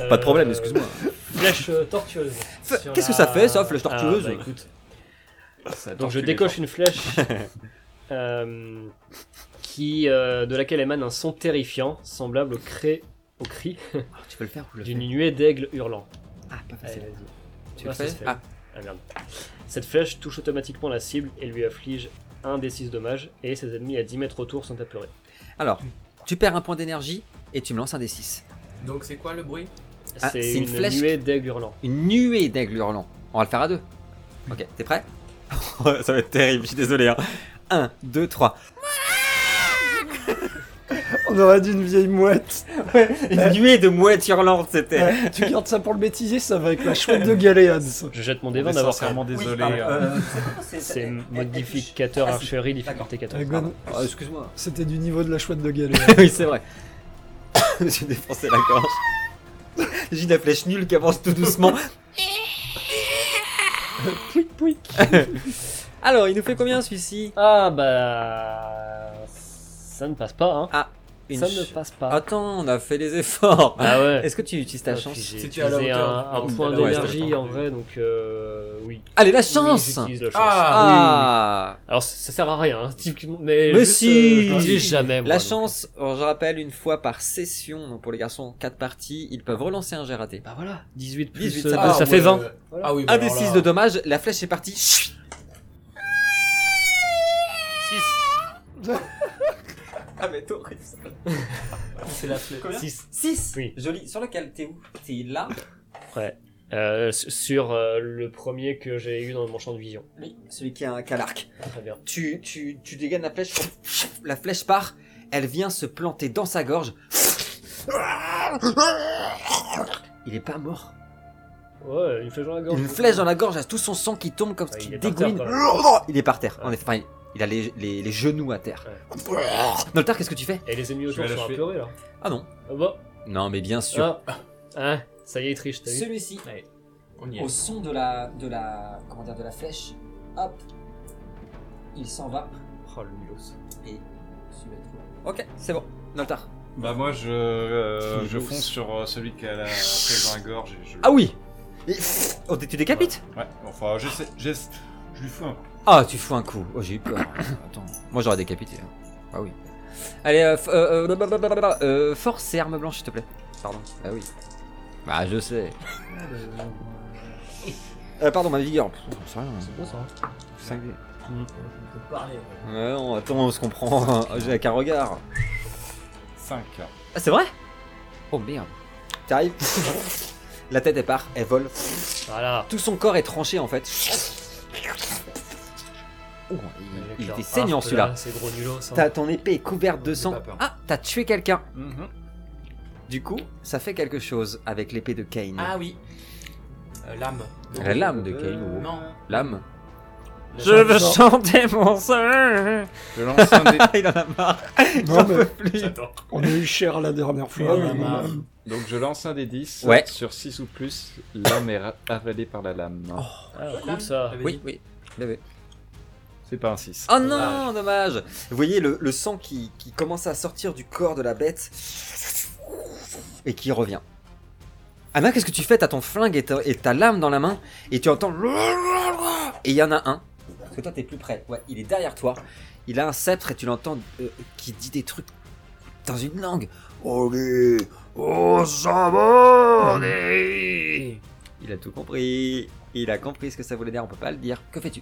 Speaker 2: Euh,
Speaker 1: pas de problème, excuse-moi.
Speaker 2: Flèche euh, tortueuse.
Speaker 1: Fe-
Speaker 2: sur
Speaker 1: qu'est-ce que
Speaker 2: la-
Speaker 1: ça fait, ça, flèche tortueuse
Speaker 2: Ah, bah, écoute,
Speaker 3: Ça
Speaker 2: donc je
Speaker 3: tortue les
Speaker 2: décoche une flèche euh, qui, euh, de laquelle émane un son terrifiant, semblable au, cré... au cri
Speaker 1: Ah, tu peux le faire ou je le
Speaker 2: d'une
Speaker 1: fais
Speaker 2: nuée d'aigles hurlant.
Speaker 1: Ah, pas
Speaker 2: Allez,
Speaker 1: facile.
Speaker 2: vas-y.
Speaker 1: tu
Speaker 2: Ah,
Speaker 1: le
Speaker 2: ça
Speaker 1: fais
Speaker 2: se fait.
Speaker 1: Ah,
Speaker 2: Ah merde. Cette flèche touche automatiquement la cible et lui afflige un des six dommages, et ses ennemis à 10 mètres autour sont apeurés.
Speaker 1: alors, tu perds un point d'énergie et tu me lances un des 6.
Speaker 5: Donc c'est quoi le bruit
Speaker 1: Ah,
Speaker 2: c'est
Speaker 1: c'est
Speaker 2: une,
Speaker 1: une flèche qui-
Speaker 2: nuée d'aigles hurlant.
Speaker 1: Une nuée d'aigles hurlants. On va le faire à deux. Ok, t'es prêt Ça hein. va être terrible, je suis désolé. 1, 2, 3.
Speaker 4: On aurait dit une vieille mouette.
Speaker 1: Ouais, une nuée de mouettes hurlantes, c'était.
Speaker 4: Ouais, tu gardes ça pour le bêtisier, ça va avec la chouette de Galéade. ça.
Speaker 2: Je jette mon
Speaker 3: On est
Speaker 2: dévin d'avoir ça.
Speaker 3: sincèrement désolé.
Speaker 5: pardon,
Speaker 3: euh,
Speaker 5: euh, c'est quoi, c'est-
Speaker 1: Eh,
Speaker 2: C'est
Speaker 5: elle- elle-
Speaker 2: modificateur
Speaker 5: Ah, si,
Speaker 2: archerie,
Speaker 5: d'accord.
Speaker 2: difficulté 14.
Speaker 4: Dragon,
Speaker 1: Oh, excuse-moi.
Speaker 4: C'était du niveau de la chouette de Galéade.
Speaker 1: oui, c'est vrai. J'ai défoncé la gorge. J'ai la flèche nulle qui avance tout doucement.
Speaker 4: pouic, pouic.
Speaker 1: Alors, il nous fait combien celui-ci
Speaker 2: Ah bah. Ça ne passe pas, hein.
Speaker 1: Une
Speaker 2: Ça
Speaker 1: ch-
Speaker 2: ne passe pas.
Speaker 1: Attends, on a fait les efforts.
Speaker 2: Ah ouais.
Speaker 1: Est-ce que tu utilises ta
Speaker 2: Ah, puis
Speaker 1: chance
Speaker 2: J'ai
Speaker 5: C'était à la
Speaker 2: utilisé
Speaker 5: hauteur
Speaker 2: un,
Speaker 5: du
Speaker 2: un
Speaker 5: coup.
Speaker 2: point
Speaker 1: Ouais,
Speaker 5: c'était
Speaker 2: d'énergie
Speaker 5: à la
Speaker 2: en
Speaker 5: hauteur.
Speaker 2: vrai, donc euh, oui.
Speaker 1: Allez, Ah, la
Speaker 2: Oui,
Speaker 1: chance
Speaker 2: j'utilise la chance.
Speaker 5: Ah,
Speaker 1: Ah
Speaker 2: Alors ça, ça sert à rien, hein, typiquement. Mais,
Speaker 1: Mais
Speaker 2: juste,
Speaker 1: si
Speaker 2: euh, je l'utilise jamais. moi,
Speaker 1: La
Speaker 2: donc.
Speaker 1: chance, euh, je rappelle, une fois par session, donc pour les garçons, 4 parties, ils peuvent relancer un jet raté.
Speaker 2: Bah voilà, 18 plus.
Speaker 1: 18,
Speaker 2: euh,
Speaker 1: ça
Speaker 2: deux,
Speaker 1: passe.
Speaker 2: ça
Speaker 5: ouais,
Speaker 2: fait 20.
Speaker 5: euh, Ah oui, bah
Speaker 1: Un des
Speaker 5: alors
Speaker 1: 6
Speaker 5: là-
Speaker 1: de dommage, la flèche est partie. Chut
Speaker 4: 6.
Speaker 1: Ah mais toi,
Speaker 5: C'est la flèche.
Speaker 2: 6.
Speaker 1: 6
Speaker 2: Oui.
Speaker 1: Joli, sur lequel t'es où T'es là
Speaker 2: Euh, s- sur euh, le premier que j'ai eu dans mon champ de vision.
Speaker 1: Oui, celui qui a un calarc.
Speaker 2: Très bien.
Speaker 1: Tu, tu, tu dégaines la flèche, la flèche part, elle vient se planter dans sa gorge. Il est pas mort.
Speaker 2: Ouais, une flèche dans la gorge.
Speaker 1: Une flèche dans la gorge, à tout son sang qui tombe comme ce
Speaker 2: Ouais,
Speaker 1: qui
Speaker 2: il est par
Speaker 1: dégouline.
Speaker 2: terre,
Speaker 1: Il est par terre. En effet, enfin, il- il a les, les- les genoux à terre. Noltar, qu'est-ce que tu fais
Speaker 2: Et les ennemis
Speaker 3: Je vais
Speaker 2: autour sont à
Speaker 3: l'achever.
Speaker 2: pleurer là.
Speaker 1: Ah non.
Speaker 2: Ah bah.
Speaker 1: Non, mais bien sûr.
Speaker 2: Ah. Ah, ça y est, il triche, t'as vu
Speaker 1: Celui-ci,
Speaker 5: On y
Speaker 1: au
Speaker 5: est.
Speaker 1: son de la, de la, comment dire, de la flèche, hop, il s'en va.
Speaker 2: Oh le nulos.
Speaker 1: Ok, c'est bon. Noltar.
Speaker 3: Bah moi je, euh,
Speaker 1: Qui
Speaker 3: je
Speaker 1: est
Speaker 3: fonce
Speaker 1: douce.
Speaker 3: sur euh, celui qui a la flèche dans la gorge et je...
Speaker 1: Ah oui Et- Oh, tu décapites
Speaker 3: Ouais, enfin j'essaie, j'essaie- je lui fous un coup.
Speaker 1: Ah, tu fous un coup. Oh, j'ai eu peur. Attends, moi j'aurais décapité. hein. Ah oui. Allez, euh, f- euh, euh, blablabla, euh, force et arme blanche, s'il te plaît. Pardon. Ah oui. Bah, je sais. Euh, pardon, ma vigueur. Pff, j'en sais rien, hein. Cinq dés.
Speaker 5: On peut parler. ouais.
Speaker 1: Ouais, non, attends, on se comprend. J'ai avec un regard.
Speaker 3: 5.
Speaker 1: Ah, c'est vrai Oh merde. T'arrives La tête est part, elle vole.
Speaker 2: Voilà.
Speaker 1: Tout son corps est tranché en fait. Oh,
Speaker 2: Avec
Speaker 1: il, il
Speaker 2: leur
Speaker 1: était saignant
Speaker 2: harpe,
Speaker 1: celui-là.
Speaker 2: Ah, là, C'est gros nulos. hein.
Speaker 1: T'as ton épée est couverte de sang.
Speaker 5: pas peur.
Speaker 1: Ah, t'as tué quelqu'un. Du coup, ça fait quelque chose avec l'épée de Kane.
Speaker 5: Ah oui. Euh, L'âme.
Speaker 1: La lame de Kane. ou
Speaker 5: Non.
Speaker 1: Lame.
Speaker 5: La
Speaker 1: Je
Speaker 5: lame.
Speaker 1: veux chanter mon sang.
Speaker 3: Je lance un dé.
Speaker 1: il en a marre.
Speaker 4: Non, mais
Speaker 1: Plus.
Speaker 2: J'adore.
Speaker 4: on a eu cher Ah, la dernière fois.
Speaker 5: Ouais, ouais, ouais.
Speaker 3: Donc je lance un des 10.
Speaker 1: Ouais.
Speaker 3: Sur 6 ou plus, l'âme est ra- avalée par la lame.
Speaker 2: Ah, cool ça.
Speaker 5: J'avais
Speaker 1: Oui,
Speaker 5: dit.
Speaker 1: oui. il avait-
Speaker 3: C'est pas un 6.
Speaker 1: Oh non, dommage Vous voyez le, le sang qui, qui commence à sortir du corps de la bête et qui revient. Anna, qu'est-ce que tu fais T'as ton flingue et ta, et ta lame dans la main et tu entends... Et il y en a un. Parce que toi, t'es plus près. Ouais, il est derrière toi. Il a un sceptre et tu l'entends euh, qui dit des trucs dans une langue. Allez, on s'en va, allez. Il a tout compris. Il a compris ce que ça voulait dire. On peut pas le dire. Que fais-tu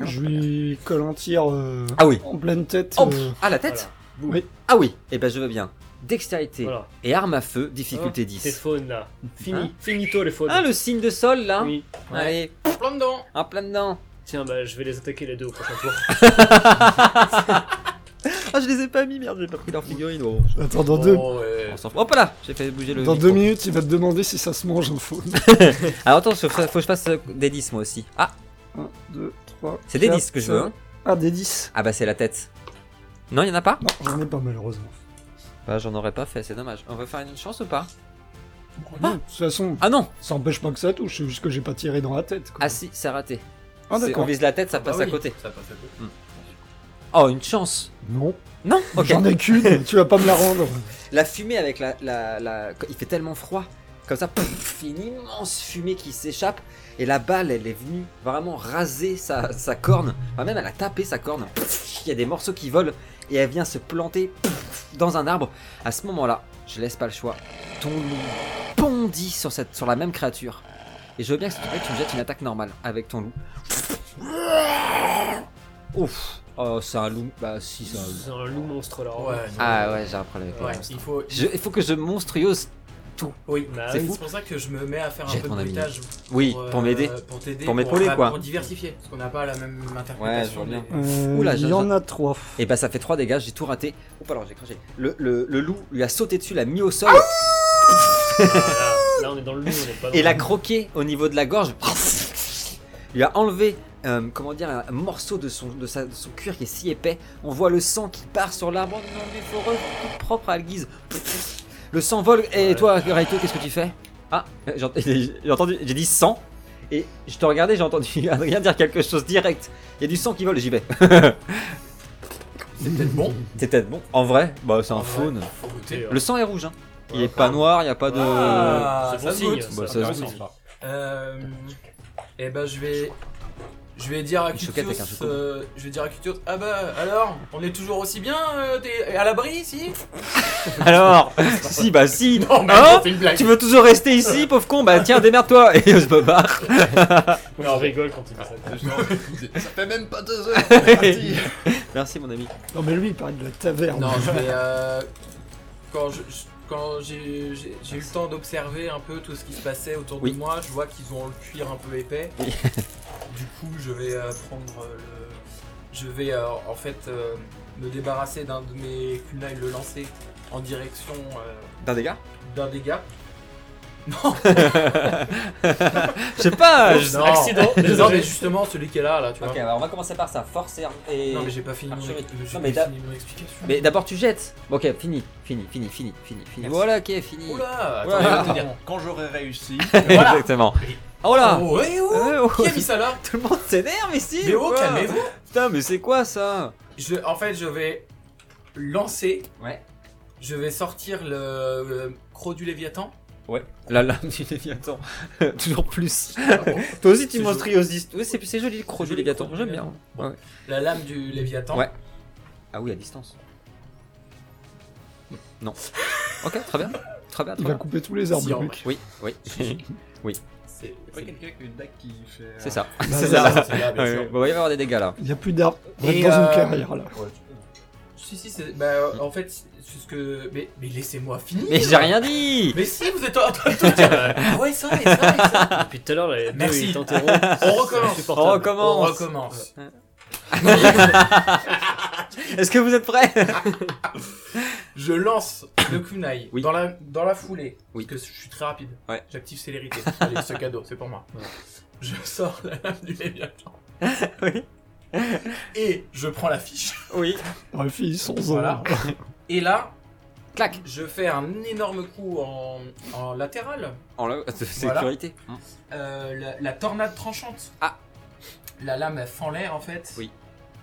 Speaker 4: Je lui colle un tir euh,
Speaker 1: Ah oui.
Speaker 4: en pleine tête.
Speaker 1: Oh,
Speaker 4: euh,
Speaker 1: Ah, la tête
Speaker 4: Oui.
Speaker 1: Ah oui, eh ben je veux bien. Dextérité
Speaker 2: Voilà. Ah,
Speaker 1: et arme à feu, difficulté
Speaker 2: Ces
Speaker 1: 10.
Speaker 2: faunes là. Fini.
Speaker 1: Hein
Speaker 2: Finito les faunes.
Speaker 1: Ah, le signe de sol là
Speaker 2: Oui.
Speaker 1: Allez,
Speaker 5: En plein dedans.
Speaker 1: en plein dedans.
Speaker 2: Tiens, bah je vais les attaquer les deux au prochain tour.
Speaker 1: Ah, je les ai pas mis, merde, j'ai pas pris leur figurine. Oh,
Speaker 4: Attends, dans deux,
Speaker 5: Oh, ouais.
Speaker 1: On s'en fout. Hop là, j'ai fait bouger le.
Speaker 4: dans
Speaker 1: micro.
Speaker 4: deux minutes, il va te demander si ça se mange un faune.
Speaker 1: Alors attends, faut, faut que je fasse euh, des 10 moi aussi. Ah,
Speaker 4: 1, 2, 3.
Speaker 1: c'est des 10 que je veux. hein.
Speaker 4: Ah, des 10.
Speaker 1: Ah bah c'est la tête. Non, y en a pas
Speaker 4: Non, j'en ai pas malheureusement.
Speaker 1: Bah j'en aurais pas fait, c'est dommage. On va faire une chance ou pas
Speaker 4: Non, de toute façon,
Speaker 1: Ah non
Speaker 4: ça empêche pas que ça touche, c'est juste que j'ai pas tiré dans la tête. Quoi.
Speaker 1: Ah si, c'est raté.
Speaker 4: Ah,
Speaker 1: C'est- on
Speaker 4: d'accord.
Speaker 1: vise la tête, ça passe
Speaker 5: Bah
Speaker 1: à
Speaker 5: oui,
Speaker 1: côté.
Speaker 5: Ça passe à côté.
Speaker 1: Oh, une chance
Speaker 4: Non,
Speaker 1: Non Ok.
Speaker 4: j'en ai qu'une, tu vas pas me la rendre.
Speaker 1: La fumée avec la, la, la- Il fait tellement froid. Comme ça, pouf, une immense fumée qui s'échappe. Et la balle, elle est venue vraiment raser sa, sa corne. Enfin, même elle a tapé sa corne. Pouf, Il y a des morceaux qui volent. Et elle vient se planter pouf, dans un arbre. À ce moment-là, je laisse pas le choix. Ton loup bondit sur, cette, sur la même créature. Et je veux bien que s'il te plaît, tu me jettes une attaque normale avec ton loup. Ouf. Oh, c'est un loup. Bah, si, c'est un loup.
Speaker 2: C'est un loup monstre là.
Speaker 5: Ouais. non.
Speaker 1: Ah ouais, j'ai un problème avec les
Speaker 5: Ouais,
Speaker 1: monstres.
Speaker 5: il faut.
Speaker 1: Je- il faut que je monstrueuse tout.
Speaker 5: Oui,
Speaker 2: Bah
Speaker 1: C'est
Speaker 2: oui.
Speaker 1: fou.
Speaker 5: c'est pour ça que je me mets à faire un
Speaker 1: Jette
Speaker 5: peu de
Speaker 1: mon ami.
Speaker 5: bruitage.
Speaker 1: Oui,
Speaker 5: euh,
Speaker 1: pour m'aider.
Speaker 5: Pour t'aider.
Speaker 1: Pour m'épauler,
Speaker 5: bah,
Speaker 1: quoi.
Speaker 5: Pour diversifier, parce qu'on n'a pas la même
Speaker 1: je
Speaker 5: interprétation.
Speaker 1: vois bien.
Speaker 5: des-
Speaker 4: Euh,
Speaker 1: Oula,
Speaker 4: il y
Speaker 1: j'ai-
Speaker 4: en a trois.
Speaker 1: Et bah ça fait 3 dégâts, j'ai tout raté. Oh pardon, j'ai craché. Le, le- le loup lui a sauté dessus, l'a mis au sol
Speaker 2: Là, là, on est dans le loup, on est pas dans
Speaker 1: et
Speaker 2: le-
Speaker 1: l'a croqué au niveau de la gorge. Lui a enlevé euh, comment dire un morceau de son, de, sa- de son cuir qui est si épais. On voit le sang qui part sur l'arbre. Oh non, mais faut re- tout propre à la guise. Le sang vole. Et
Speaker 2: Ouais.
Speaker 1: toi, Raito, qu'est-ce que tu fais Ah, euh, j'ent- j'ai entendu, j'ai dit sang. Et je te regardais, j'ai entendu Adrien dire quelque chose direct. Il y a du sang qui vole, j'y vais.
Speaker 5: C'est peut-être bon.
Speaker 1: C'est peut-être bon. En vrai, bah c'est un
Speaker 5: En vrai,
Speaker 1: faune.
Speaker 5: Faut goûter.
Speaker 2: C'est-
Speaker 1: Le sang est rouge, hein. Il
Speaker 2: Ouais,
Speaker 1: est pas noir, il y a pas de.
Speaker 5: Ah,
Speaker 2: c'est bon
Speaker 5: ça se
Speaker 2: signe.
Speaker 5: goûte.
Speaker 1: Bah, ça
Speaker 2: ça.
Speaker 1: se
Speaker 2: Intéressant.
Speaker 1: goûte.
Speaker 5: Euh, et ben je vais je vais dire à
Speaker 1: Une choquette avec un
Speaker 5: Cutios,
Speaker 1: chocobo.
Speaker 5: euh, je vais dire à Cutios, ah bah alors, on est toujours aussi bien euh, t'es à l'abri si
Speaker 1: Alors, si, bah si.
Speaker 5: Non mais
Speaker 1: Hein
Speaker 5: c'est une blague.
Speaker 1: Tu veux toujours rester ici, pauvre con Bah tiens, démerde-toi Et on se barre
Speaker 2: Ouais, on rigole quand il dit ça.
Speaker 3: Ça fait même pas deux heures. on est parti.
Speaker 1: Merci mon ami.
Speaker 4: Non, mais lui, il parle de la taverne.
Speaker 5: Non, je vais euh, quand je, je- quand j'ai j'ai- j'ai eu le temps d'observer un peu tout ce qui se passait autour
Speaker 1: Oui.
Speaker 5: de moi, je vois qu'ils ont le cuir un peu épais.
Speaker 1: Oui.
Speaker 5: Du coup, je vais euh, prendre euh, le je vais euh, en fait euh, me débarrasser d'un de mes kunai et le lancer en direction euh,
Speaker 1: D'un dégât
Speaker 5: d'un dégât.
Speaker 1: Je sais pas Ah, je-
Speaker 5: Non.
Speaker 2: Accident,
Speaker 5: Non
Speaker 2: désolé.
Speaker 5: mais justement celui qui est là là tu
Speaker 1: Ok,
Speaker 5: vois.
Speaker 1: alors on va commencer par ça, force et... et-
Speaker 5: Non mais j'ai pas fini mon,
Speaker 1: Archerie.
Speaker 5: j'ai
Speaker 1: Non,
Speaker 5: pas
Speaker 1: mais t'as-
Speaker 5: fini mon explication.
Speaker 1: Mais d'abord tu jettes Ok, fini, fini, fini, fini, fini, fini.
Speaker 5: Merci.
Speaker 1: Voilà, ok, fini.
Speaker 5: Oula
Speaker 1: Ouais,
Speaker 5: attends, je vais te dire.
Speaker 3: Quand- Quand j'aurai réussi,
Speaker 5: Voilà.
Speaker 1: Exactement. Oh là
Speaker 5: Oh, ouais, oh.
Speaker 1: Euh, oh.
Speaker 5: Qui a mis ça là
Speaker 1: Tout le monde s'énerve ici
Speaker 5: Mais
Speaker 1: ou
Speaker 5: oh
Speaker 1: quoi
Speaker 5: calmez-vous
Speaker 1: Putain, mais c'est quoi ça
Speaker 5: Je, en fait, je vais lancer.
Speaker 1: Ouais.
Speaker 5: Je vais sortir le, le croc du Léviathan.
Speaker 1: Ouais, la lame du Léviathan. Toujours plus.
Speaker 5: Pardon.
Speaker 1: Ah Toi aussi tu
Speaker 5: C'est
Speaker 1: manges
Speaker 5: joli.
Speaker 1: triosiste. Oui, c'est c'est joli le croc
Speaker 5: C'est
Speaker 1: du
Speaker 5: joli, le
Speaker 1: Léviathan,
Speaker 5: croc du
Speaker 1: j'aime bien.
Speaker 5: la lame du Léviathan.
Speaker 1: Ouais. Ah oui, à distance. Non. Ok, très bien. Très bien, très
Speaker 4: Il
Speaker 1: bien.
Speaker 4: va couper tous les arbres,
Speaker 5: Si, en
Speaker 4: Luc.
Speaker 1: Oui, oui,
Speaker 5: C'est
Speaker 3: c'est pas
Speaker 5: c'est-
Speaker 3: quelqu'un qui a une dague qui fait. euh,
Speaker 1: c'est ça.
Speaker 4: Bah,
Speaker 1: c'est
Speaker 4: bah,
Speaker 1: ça.
Speaker 5: c'est là, bien
Speaker 1: Ouais,
Speaker 5: sûr.
Speaker 1: ouais, bon, il va y avoir des dégâts là.
Speaker 4: Il n'y a plus d'arbres. On va
Speaker 5: Et,
Speaker 4: être dans
Speaker 5: euh,
Speaker 4: une clairière, là.
Speaker 3: Ouais, tu-
Speaker 5: Si, si, c'est. Bah, euh, en fait, c'est ce que. Mais, mais laissez-moi finir
Speaker 1: Mais j'ai rien dit
Speaker 5: Mais si, vous êtes en train de tout dire Ah Ouais, ça, et ça, et ça
Speaker 2: Depuis tout à l'heure, les deux,
Speaker 5: Merci.
Speaker 2: ils t'interrompent.
Speaker 5: On recommence
Speaker 1: On
Speaker 2: C'est insupportable.
Speaker 5: On
Speaker 1: recommence
Speaker 5: recommence
Speaker 1: Est-ce que vous êtes prêts
Speaker 5: Je lance le kunai
Speaker 1: Oui.
Speaker 5: dans, la, dans la foulée.
Speaker 1: Oui.
Speaker 5: Parce que je suis très rapide.
Speaker 1: Ouais.
Speaker 5: J'active célérité. Allez, ce cadeau, c'est pour moi. Je sors la lame du Léviathan.
Speaker 1: Oui.
Speaker 5: Et je prends la fiche.
Speaker 1: Oui.
Speaker 4: Ouais, fille, sans
Speaker 5: Voilà. Et là,
Speaker 1: Clac
Speaker 5: je fais un énorme coup en, en latéral.
Speaker 1: En la de
Speaker 5: Voilà.
Speaker 1: sécurité.
Speaker 5: Euh, la, la tornade tranchante.
Speaker 1: Ah.
Speaker 5: La lame, elle fend l'air en fait.
Speaker 1: Oui.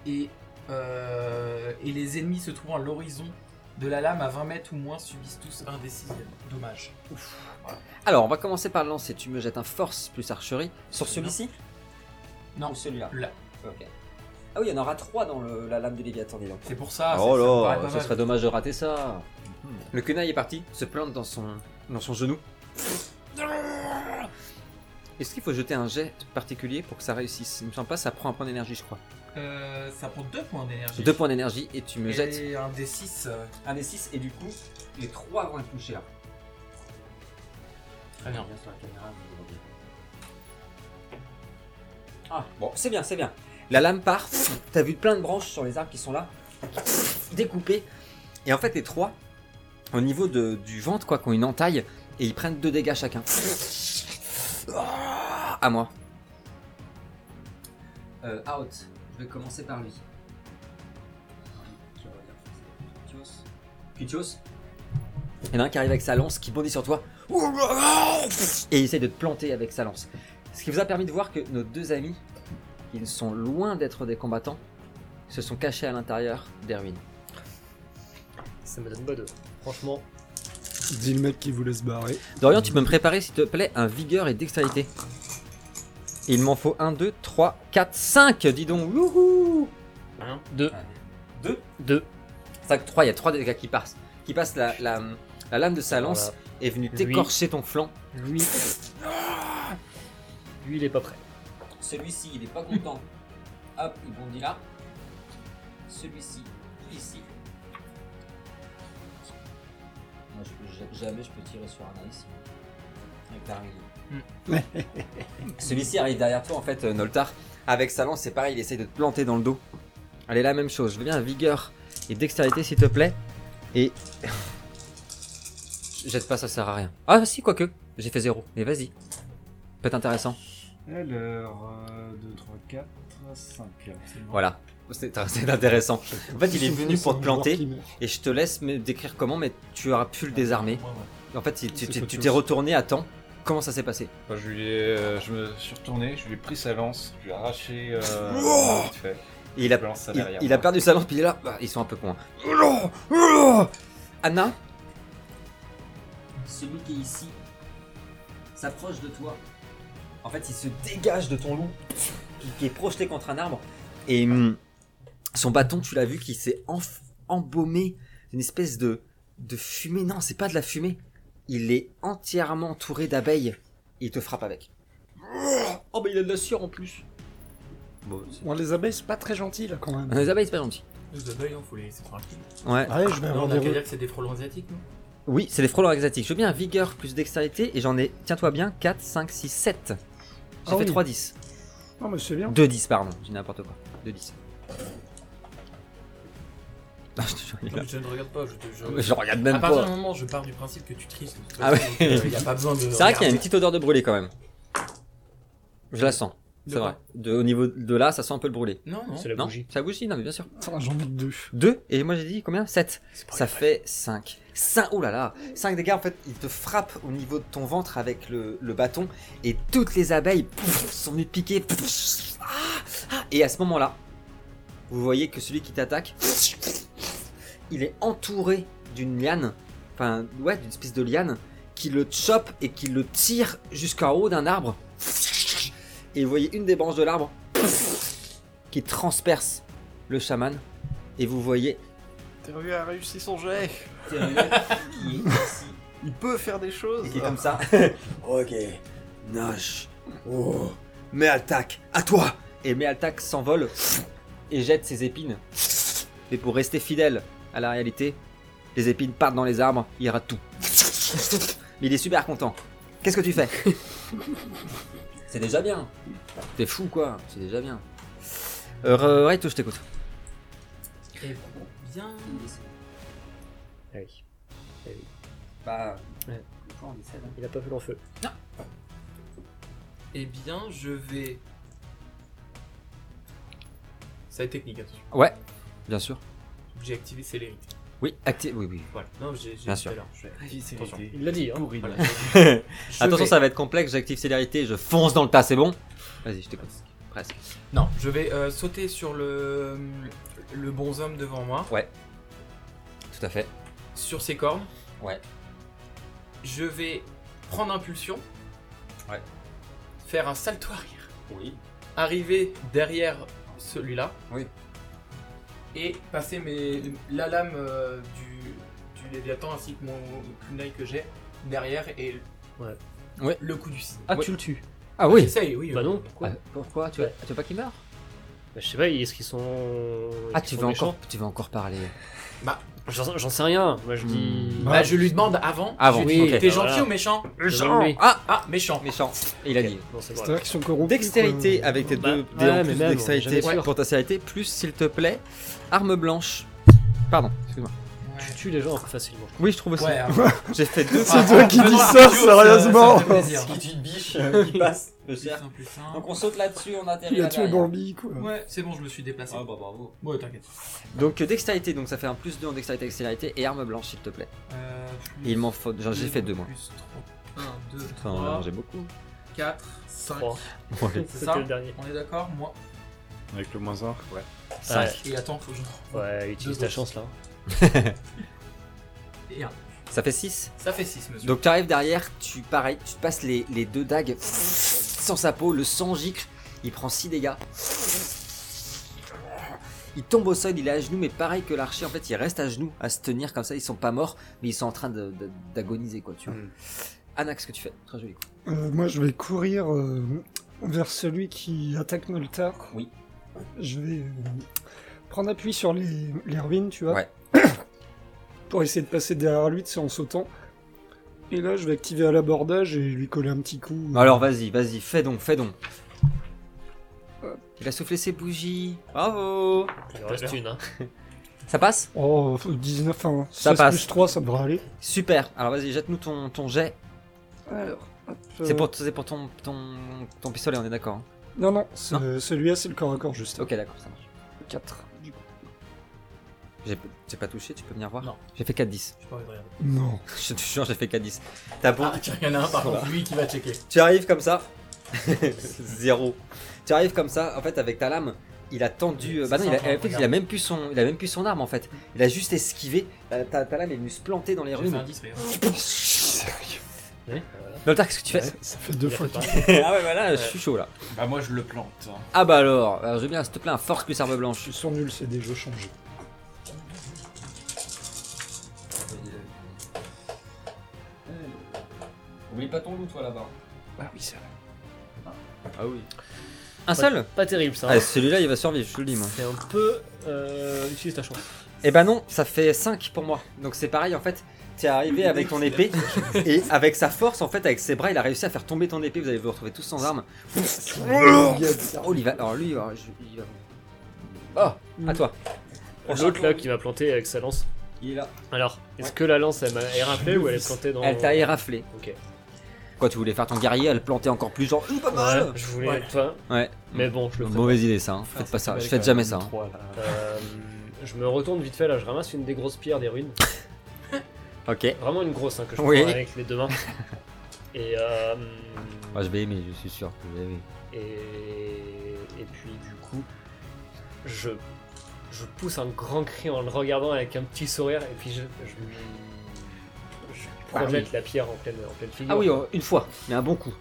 Speaker 5: Et, euh, et les ennemis se trouvant à l'horizon de la lame à 20 mètres ou moins subissent tous un des six. Dommage.
Speaker 1: Alors, on va commencer par le lancer. Tu me jettes un force plus archerie sur celui-ci
Speaker 5: Non.
Speaker 1: Ou celui-là
Speaker 5: Là.
Speaker 1: Ok. Ah oui, il y en aura 3 dans le- la lame de Léviathan, dis donc.
Speaker 5: C'est pour ça. ça- ça me
Speaker 1: oh
Speaker 5: paraît
Speaker 1: là,
Speaker 5: pas
Speaker 1: ce
Speaker 5: mal.
Speaker 1: serait dommage de rater ça. Le kunai est parti, se plante dans son, dans son genou. Est-ce qu'il faut jeter un jet particulier pour que ça réussisse Il me semble pas, ça prend un point d'énergie, je crois.
Speaker 5: Euh, ça prend 2 points d'énergie.
Speaker 1: Deux points d'énergie et tu me
Speaker 5: Et
Speaker 1: jettes
Speaker 5: un des euh, 6.
Speaker 1: un des 6 et du coup, les trois vont être touchés là.
Speaker 5: Très bien.
Speaker 1: Ah, bon, c'est bien, c'est bien. La lame part, t'as vu plein de branches sur les arbres qui sont là, découpées. Et en fait, les trois, au niveau de- du ventre, quoi, qui ont une entaille, et ils prennent deux dégâts chacun. Ah, À moi. Euh, out, je vais commencer par lui. Kytios. Kytios. Il y en a un qui arrive avec sa lance, qui bondit sur toi, et il essaie de te planter avec sa lance. Ce qui vous a permis de voir que nos deux amis, qui sont loin d'être des combattants, se sont cachés à l'intérieur des ruines.
Speaker 2: Ça me donne pas de. Franchement,
Speaker 4: Dis le mec qui voulait se barrer.
Speaker 1: Dorian, tu peux me préparer, s'il te plaît, un vigueur et dextérité. Il m'en faut 1, 2, 3, 4, 5, dis donc, wouhou
Speaker 2: 2,
Speaker 1: 2
Speaker 2: 2.
Speaker 1: 5, 3, il y a 3 dégâts qui passent. Qui passent la, la, la lame de sa lance est venue
Speaker 2: Lui.
Speaker 1: t'écorcher ton flanc.
Speaker 2: Lui. ah Lui, il est pas prêt.
Speaker 1: Celui-ci, il est pas content. Hop, il bondit là. Celui-ci, ici.
Speaker 6: Moi, je- je- jamais je peux tirer sur un ici. Avec la
Speaker 1: Celui-ci arrive derrière toi, en fait, euh, Noltar. Avec sa lance, c'est pareil, il essaye de te planter dans le dos. Allez, la même chose. Je veux bien vigueur et dextérité, s'il te plaît. Et. Jette pas, ça sert à rien. Ah, si, quoique. J'ai fait zéro. Mais vas-y. Peut être intéressant.
Speaker 7: Alors, 2, 3, 4, 5.
Speaker 1: Voilà. C'est c'est intéressant. En fait, il est venu pour te planter.
Speaker 4: Qui meurt.
Speaker 1: Et je te laisse me décrire comment, mais tu auras pu le désarmer. En fait, tu- tu
Speaker 4: C'est
Speaker 1: tu-
Speaker 4: autre
Speaker 1: tu
Speaker 4: chose.
Speaker 1: t'es retourné à temps. Comment ça s'est passé
Speaker 3: Enfin, je, lui ai, euh, je me suis retourné, je lui ai pris sa lance, je lui ai arraché. Euh, vite fait.
Speaker 1: Et il a
Speaker 3: Je lance ça
Speaker 1: Il,
Speaker 3: derrière
Speaker 1: il a
Speaker 3: moi.
Speaker 1: perdu sa lampe, il est là. Bah, ils sont un peu cons. hein. Anna,
Speaker 6: Celui qui est ici s'approche de toi. En fait, il se dégage de ton loup.
Speaker 1: qui, qui est projeté contre un arbre, et hum, son bâton, tu l'as vu, qui s'est enf- embaumé d'une espèce de, de fumée. Non, c'est pas de la fumée. Il est entièrement entouré d'abeilles. Et il te frappe avec. Oh, bah il a de la sueur en plus. Bon, c'est-
Speaker 4: Bon, les abeilles, c'est pas très gentil là quand même.
Speaker 1: Euh,
Speaker 4: Ah
Speaker 1: les abeilles, c'est pas gentil.
Speaker 5: Les abeilles, non, hein, faut les laisser tranquilles.
Speaker 1: Ouais.
Speaker 4: Ouais, je vais
Speaker 5: Non,
Speaker 4: avoir
Speaker 5: Ah, on a
Speaker 4: des
Speaker 5: qu'à
Speaker 4: re-
Speaker 5: dire que c'est des frelons asiatiques, non
Speaker 1: Oui, c'est les frôleurs exotiques. Je veux bien vigueur plus dextérité, et j'en ai, tiens-toi bien, 4, 5, 6, 7. J'ai
Speaker 4: Ah
Speaker 1: fait
Speaker 4: oui.
Speaker 1: 3 10.
Speaker 4: Non, mais c'est bien.
Speaker 1: 2 10 pardon, j'ai n'importe quoi. 2 10. Non, je te jure, il est
Speaker 5: Non,
Speaker 1: là.
Speaker 5: mais Je ne regarde pas, je te jure.
Speaker 1: Je regarde
Speaker 5: À
Speaker 1: même
Speaker 5: partir du
Speaker 1: pas.
Speaker 5: moment où je pars du principe que tu triches, de toute
Speaker 1: Ah
Speaker 5: façon,
Speaker 1: ouais.
Speaker 5: donc, euh, y a pas besoin de.
Speaker 1: C'est vrai qu'il y a une
Speaker 5: regarder.
Speaker 1: petite odeur de brûlé quand même. Je la sens.
Speaker 5: De
Speaker 1: C'est
Speaker 5: quoi
Speaker 1: vrai. De, au niveau de là, ça sent un peu le brûlé.
Speaker 5: Non, non.
Speaker 2: C'est la
Speaker 1: Non
Speaker 2: bougie.
Speaker 1: Ça bougie, non mais bien sûr.
Speaker 4: Enfin, j'en ai deux.
Speaker 1: 2 et moi j'ai dit combien 7.
Speaker 5: C'est
Speaker 1: Ça fait 5. 5 Oh là là 5 dégâts en fait, il te frappe au niveau de ton ventre avec le, le bâton et toutes les abeilles pouf, sont venues te piquer. Pouf, ah, ah. et à ce moment-là, vous voyez que celui qui t'attaque, il est entouré d'une liane, enfin ouais, d'une espèce de liane qui le chope et qui le tire jusqu'en haut d'un arbre. Et vous voyez une des branches de l'arbre qui transperce le chaman et vous voyez
Speaker 7: Terru a réussi son jet
Speaker 6: qui est ici.
Speaker 7: Il peut faire des choses Ah.
Speaker 1: Et qui est comme ça. ok, nage. Oh, Méaltac, à toi Et Méaltac s'envole et jette ses épines. Mais pour rester fidèle à la réalité, les épines partent dans les arbres, il rate tout. Mais il est super content. Qu'est-ce que tu fais
Speaker 6: C'est déjà bien.
Speaker 1: T'es fou quoi, c'est déjà bien. Euh, re- ouais, tout, je t'écoute.
Speaker 5: Eh bien.
Speaker 2: Ah oui.
Speaker 6: Bah,
Speaker 2: Ouais.
Speaker 6: pourquoi on essaie, là
Speaker 2: Il a pas fait long feu.
Speaker 5: Eh bien, je vais. Ça va être technique, attention.
Speaker 1: Bien sûr.
Speaker 5: J'ai activé célérité.
Speaker 1: Oui, acti- Oui, oui.
Speaker 5: Voilà. Non, j'ai j'ai
Speaker 1: Bien
Speaker 5: dit
Speaker 1: sûr. Ah
Speaker 5: tout à l'heure. Je- Attention.
Speaker 2: Il l'a dit, hein.
Speaker 5: Voilà. Je
Speaker 1: Attention,
Speaker 5: vais-
Speaker 1: ça va être complexe, j'active célérité, je fonce dans le tas, c'est bon Vas-y, je t'écoute. Presque.
Speaker 5: Non, je vais euh, sauter sur le le bonhomme devant moi,
Speaker 1: Tout à fait.
Speaker 5: sur ses cornes.
Speaker 1: Ouais.
Speaker 5: Je vais prendre impulsion.
Speaker 1: Ouais.
Speaker 5: Faire un salto arrière.
Speaker 1: Oui.
Speaker 5: Arriver derrière celui-là.
Speaker 1: Oui.
Speaker 5: Et passer mes la lame euh, du du Léviathan ainsi que mon kunai que j'ai derrière et
Speaker 2: Ouais.
Speaker 1: Ouais.
Speaker 5: le coup du signe.
Speaker 2: Ah, tu le tues.
Speaker 1: Ah oui
Speaker 5: J'essaye, oui.
Speaker 2: Bah
Speaker 5: euh,
Speaker 2: non, pourquoi
Speaker 1: Ah, Euh, Pourquoi tu veux, tu veux pas qu'il meure
Speaker 2: Bah, Je sais pas, est-ce qu'ils sont.
Speaker 1: Ah,
Speaker 2: est-ce qu'ils
Speaker 1: tu
Speaker 2: sont
Speaker 1: veux,
Speaker 2: méchants
Speaker 1: encore, tu veux encore parler
Speaker 2: J'en j'en sais rien. Moi, je dis.
Speaker 5: Bah, je lui demande avant.
Speaker 1: Avant,
Speaker 5: Je lui dis,
Speaker 1: oui, ok.
Speaker 5: T'es gentil
Speaker 2: Voilà.
Speaker 5: ou méchant
Speaker 2: Jean
Speaker 1: Ah, Ah
Speaker 5: Ah, méchant.
Speaker 1: Méchant Et il a dit.
Speaker 2: Bon, c'est bon,
Speaker 4: C'est-à-dire
Speaker 2: alors.
Speaker 4: qu'ils sont corrompus.
Speaker 1: Dextérité
Speaker 4: quoi.
Speaker 1: avec tes
Speaker 2: Bah,
Speaker 1: deux.
Speaker 2: ouais,
Speaker 1: dés en
Speaker 2: mais
Speaker 1: plus de
Speaker 2: même, on est
Speaker 1: dextérité
Speaker 2: jamais sûr.
Speaker 1: pour ta célérité, plus s'il te plaît, arme blanche. Pardon, excuse-moi.
Speaker 2: Tu tues les gens encore facilement.
Speaker 1: Oui, je trouve aussi.
Speaker 5: Ouais, Ah,
Speaker 1: J'ai fait deux.
Speaker 4: C'est toi qui dis ça, sérieusement
Speaker 6: C'est une biche euh, qui passe. le cerf. Donc
Speaker 5: Ouais,
Speaker 6: on saute là-dessus, on atterrit
Speaker 4: Il a
Speaker 6: là
Speaker 4: tué Bambi, quoi.
Speaker 5: c'est bon, je me suis déplacé.
Speaker 6: Ah bah bravo.
Speaker 5: Ouais, t'inquiète.
Speaker 1: Donc euh, dextérité, donc ça fait un plus 2 en dextérité avec célérité et arme blanche, s'il te plaît.
Speaker 5: Euh,
Speaker 1: Et il m'en faut. genre, J'ai fait deux, moi.
Speaker 5: 1, 2,
Speaker 6: Ah.
Speaker 1: Enfin, on a
Speaker 5: 3,
Speaker 1: mangé beaucoup.
Speaker 5: 4, 5.
Speaker 2: Trois.
Speaker 1: Ouais.
Speaker 5: C'est ça
Speaker 2: C'était le dernier.
Speaker 5: On est d'accord Moi.
Speaker 7: Avec le moins 1 Ouais.
Speaker 1: Cinq.
Speaker 5: Et attends, faut que je.
Speaker 2: Ouais, utilise
Speaker 5: Deux
Speaker 2: ta
Speaker 5: autres.
Speaker 2: chance là.
Speaker 5: Et un.
Speaker 1: Ça fait 6.
Speaker 5: Ça fait 6, monsieur.
Speaker 1: Donc tu arrives derrière, tu pareil, tu te passes les, les deux dagues sans sa peau, le sang gicle, il prend 6 dégâts. Il tombe au sol, il est à genoux, mais pareil que l'archer, en fait, il reste à genoux, à se tenir comme ça, ils sont pas morts, mais ils sont en train de- de- d'agoniser, quoi, tu vois.
Speaker 7: Mm.
Speaker 1: Anna, qu'est-ce que tu fais Très joli. coup.
Speaker 4: Euh, moi, je vais courir euh, vers celui qui attaque Noltar.
Speaker 1: Oui.
Speaker 4: Je vais euh, prendre appui sur les, les ruines, tu vois.
Speaker 1: Ouais.
Speaker 4: pour essayer de passer derrière lui, c'est en sautant. Et là, je vais activer à l'abordage et lui coller un petit coup.
Speaker 1: Alors vas-y, vas-y, fais donc, fais donc. Il a soufflé ses bougies. Bravo
Speaker 2: Il en reste une. Hein.
Speaker 1: Ça passe
Speaker 4: Oh, 19, enfin,
Speaker 1: Ça
Speaker 4: 16
Speaker 1: passe.
Speaker 4: plus 3, ça devrait aller.
Speaker 1: Super. Alors vas-y, jette-nous ton, ton jet.
Speaker 4: Alors, hop,
Speaker 1: C'est
Speaker 4: euh,
Speaker 1: pour, c'est pour ton, ton, ton pistolet, on est d'accord. hein
Speaker 4: Non, non, ce- celui-là, c'est le corps à corps, juste.
Speaker 1: Ok, d'accord, ça marche.
Speaker 4: 4.
Speaker 1: J'ai j'ai pas touché, tu peux venir voir
Speaker 5: Non.
Speaker 1: J'ai fait 4-10.
Speaker 5: J'ai pas envie de regarder.
Speaker 4: Non.
Speaker 1: Je te jure, j'ai fait 4-10. T'as bon,
Speaker 5: Ah, tiens, il y en a un par
Speaker 1: Voilà.
Speaker 5: contre, lui qui va checker.
Speaker 1: Tu arrives comme ça. Zéro. Tu arrives comme ça, en fait, avec ta lame, il a tendu. euh, Bah non, il a, en fait, il a même plus son, il a même plus son arme en fait. Il a juste esquivé. Ta, ta- ta lame est venue se planter dans les
Speaker 5: J'ai fait un
Speaker 1: ruines.
Speaker 5: 10, mais.
Speaker 2: Ouais, voilà.
Speaker 1: Noltar, qu'est-ce que tu fais
Speaker 4: Ça fait deux
Speaker 2: Il
Speaker 4: fois.
Speaker 2: reste pas.
Speaker 1: Ah ouais, bah là, je suis chaud là.
Speaker 3: Bah moi je le plante. hein.
Speaker 1: Ah bah alors, euh, je veux bien, s'il te plaît, un force plus arme blanche.
Speaker 4: Ils sont nuls, c'est des jeux changés.
Speaker 6: Oublie pas ton loup, toi, là-bas.
Speaker 4: Ah oui, ça.
Speaker 1: Ah oui. Un seul
Speaker 2: Pas terrible ça. hein.
Speaker 1: Ah, Celui-là, il va survivre, je te le dis moi.
Speaker 2: C'est un peu. euh, utilise ta chance.
Speaker 1: Eh ben non, ça fait 5 pour moi. Donc c'est pareil en fait. T'es arrivé avec ton épée et avec sa force en fait, avec ses bras, il a réussi à faire tomber ton épée. Vous allez vous retrouver tous sans armes. Oh, il va. Alors lui, alors, je- il va. Oh, à toi.
Speaker 2: L'autre là qui m'a planté avec sa lance.
Speaker 1: Il est là.
Speaker 2: Alors, est-ce que la lance elle m'a est rappelée ou elle est plantée dans.
Speaker 1: Elle t'a éraflé.
Speaker 2: Ok.
Speaker 1: Quoi, tu voulais faire ton guerrier, elle plantait encore plus genre. Ouh, pas mal
Speaker 2: Voilà, je voulais être fin,
Speaker 1: Ah Ouais.
Speaker 2: mais bon, je le ferai.
Speaker 1: Mauvaise idée ça, hein. faites pas ça, je fais jamais ça. hein.
Speaker 2: pas. Euh, je me retourne vite fait là, je ramasse une des grosses pierres des ruines.
Speaker 1: Ok.
Speaker 2: Vraiment une grosse hein, que je prends
Speaker 1: Oui.
Speaker 2: avec les deux mains. Et, euh,
Speaker 1: Moi je vais aimer, je suis sûr que je vais aimer.
Speaker 2: et, et puis du coup, je, je pousse un grand cri en le regardant avec un petit sourire et puis je, je, lui- je lui
Speaker 1: Ah
Speaker 2: projette la pierre en pleine, en pleine figure.
Speaker 1: Ah oui, oh, une fois, mais un bon coup.